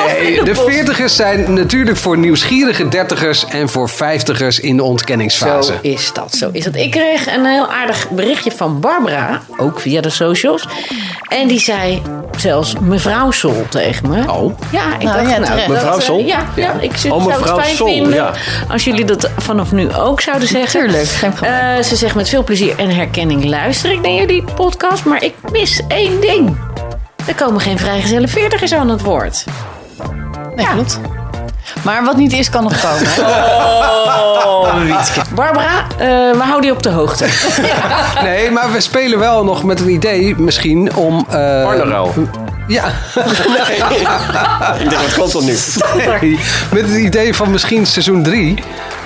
Speaker 7: Nee, de veertigers zijn natuurlijk voor nieuwsgierige dertigers en voor vijftigers in de
Speaker 2: Zo
Speaker 7: ontkenningsfase.
Speaker 2: is dat, zo is dat. Ik kreeg een heel aardig berichtje van Barbara, ook via de socials. En die zei zelfs mevrouw Sol tegen me.
Speaker 7: Oh.
Speaker 2: Ja, ik
Speaker 8: Nou,
Speaker 2: dacht
Speaker 8: ja,
Speaker 2: nou,
Speaker 8: terecht.
Speaker 2: dat,
Speaker 5: Mevrouw
Speaker 2: eh,
Speaker 5: Sol?
Speaker 2: Ja, ja, ik zou
Speaker 5: Oh,
Speaker 2: zou het
Speaker 5: mevrouw
Speaker 2: fijn
Speaker 5: Sol,
Speaker 2: vinden
Speaker 5: ja.
Speaker 2: als jullie dat vanaf nu ook zouden zeggen.
Speaker 8: Tuurlijk, geen probleem.
Speaker 2: Eh, ze zegt met veel plezier en herkenning luister ik naar jullie podcast, maar ik mis één ding. Er komen geen vrijgezelle veertigers aan het woord.
Speaker 8: Nee, klopt. Maar wat niet is, kan nog komen. hè?
Speaker 2: Barbara, eh, we houden je op de
Speaker 5: *laughs*
Speaker 2: hoogte.
Speaker 7: Nee, maar we spelen wel nog met een idee misschien om... eh,
Speaker 5: Arnheruil.
Speaker 7: Ja,
Speaker 5: Ik denk, wat komt er nu?
Speaker 7: met het idee van misschien seizoen 3...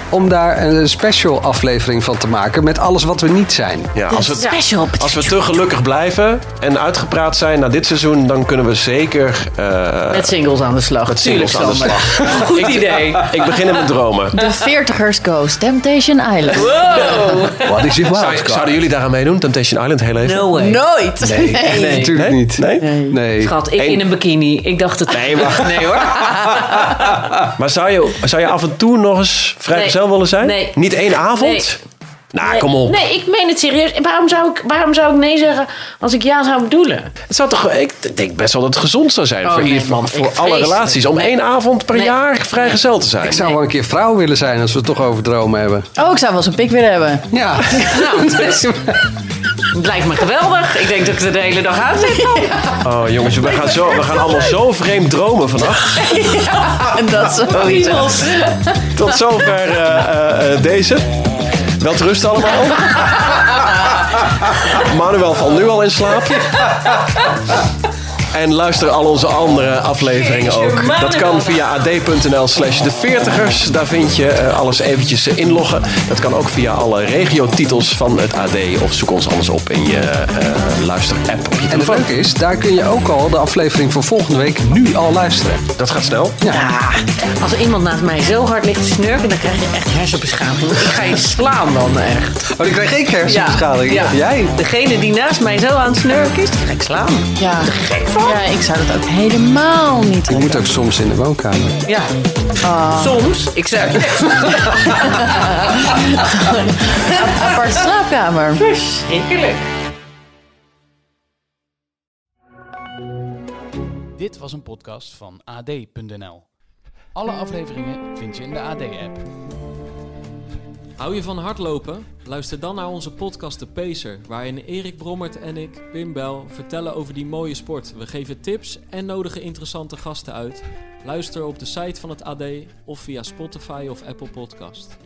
Speaker 7: om daar een special aflevering van te maken met alles wat we niet zijn.
Speaker 5: Ja, als, we,
Speaker 2: Special.
Speaker 5: als we te gelukkig blijven en uitgepraat zijn na dit seizoen, dan kunnen we zeker eh
Speaker 2: Met singles aan de slag.
Speaker 5: met singles aan de
Speaker 2: Tuurlijk,
Speaker 5: slag.
Speaker 2: Sander. Goed idee.
Speaker 5: Ik begin in mijn *laughs* dromen.
Speaker 8: De Veertigers Goes Temptation Island.
Speaker 7: Wat is je
Speaker 5: Zou- zouden jullie daaraan meedoen? Temptation Island heel even?
Speaker 2: No way.
Speaker 8: Nooit!
Speaker 2: Nee.
Speaker 7: Natuurlijk
Speaker 5: Nee?
Speaker 7: niet.
Speaker 5: Nee?
Speaker 7: Nee.
Speaker 2: Schat, ik in een bikini. Ik dacht het. Nee, wacht. Nee hoor.
Speaker 5: Maar zou je, zou je af en toe nog eens vrijgezel
Speaker 2: Nee.
Speaker 5: willen zijn?
Speaker 2: Nee.
Speaker 5: Niet één avond? Nou, kom op.
Speaker 2: Nee, ik meen het serieus. En Waarom zou, ik, waarom zou ik nee zeggen als ik ja zou bedoelen?
Speaker 5: Het zou toch, ik denk best wel dat het gezond zou zijn
Speaker 2: Oh,
Speaker 5: voor,
Speaker 2: nee,
Speaker 5: ieder-
Speaker 2: man,
Speaker 5: voor
Speaker 2: ik
Speaker 5: alle
Speaker 2: vrees
Speaker 5: relaties.
Speaker 2: het.
Speaker 5: Om één avond per
Speaker 2: Nee.
Speaker 5: jaar vrijgezel te zijn.
Speaker 7: Ik zou wel een keer vrouw willen zijn als we het toch over dromen hebben.
Speaker 8: Oh, ik zou wel eens een pik willen hebben.
Speaker 7: Ja. *laughs*
Speaker 2: Het lijkt me geweldig. Ik denk dat ik er de hele dag aan zit.
Speaker 5: Oh jongens, we gaan, zo, we gaan allemaal zo vreemd dromen
Speaker 8: *laughs*
Speaker 5: vannacht.
Speaker 8: En dat
Speaker 5: *laughs*
Speaker 8: is sowieso.
Speaker 2: Piemels.
Speaker 5: Tot zover eh, eh, eh, deze. Wel rust
Speaker 8: *laughs*
Speaker 5: allemaal. Manuel valt nu al in slaap. En luister al onze andere afleveringen ook. Dat kan via ad.nl slash de 40ers. Daar vind je eh, alles eventjes eh, inloggen. Dat kan ook via alle regiotitels van het AD. Of zoek ons anders op in je eh, luisterapp op je
Speaker 7: En het
Speaker 5: telefoon.
Speaker 7: leuke is, daar kun je ook al de aflevering van volgende week nu al luisteren.
Speaker 5: Dat gaat snel.
Speaker 2: Ja, als er iemand naast mij zo hard ligt te snurken, dan krijg je echt hersenbeschadiging. Ik ga je slaan dan echt.
Speaker 7: Oh, die krijg ik hersenbeschadiging.
Speaker 2: Ja.
Speaker 7: Jij?
Speaker 2: Degene die naast mij zo aan het snurken is, die ga ik slaan.
Speaker 8: Ja. ja, ik zou dat ook helemaal niet
Speaker 7: Je
Speaker 8: doen.
Speaker 7: moet ook soms in de woonkamer.
Speaker 2: Ja. Soms. Ik zeg.
Speaker 8: Aparte slaapkamer.
Speaker 2: Verschrikkelijk.
Speaker 1: Dit was een podcast van AD.nl. Alle afleveringen vind je in de AD-app.
Speaker 10: Hou je van hardlopen? Luister dan naar onze podcast De Pacer, waarin Erik Brommert en ik, Pim Bel, vertellen over die mooie sport. We geven tips en nodigen interessante gasten uit. Luister op de site van het AD of via Spotify of Apple Podcast.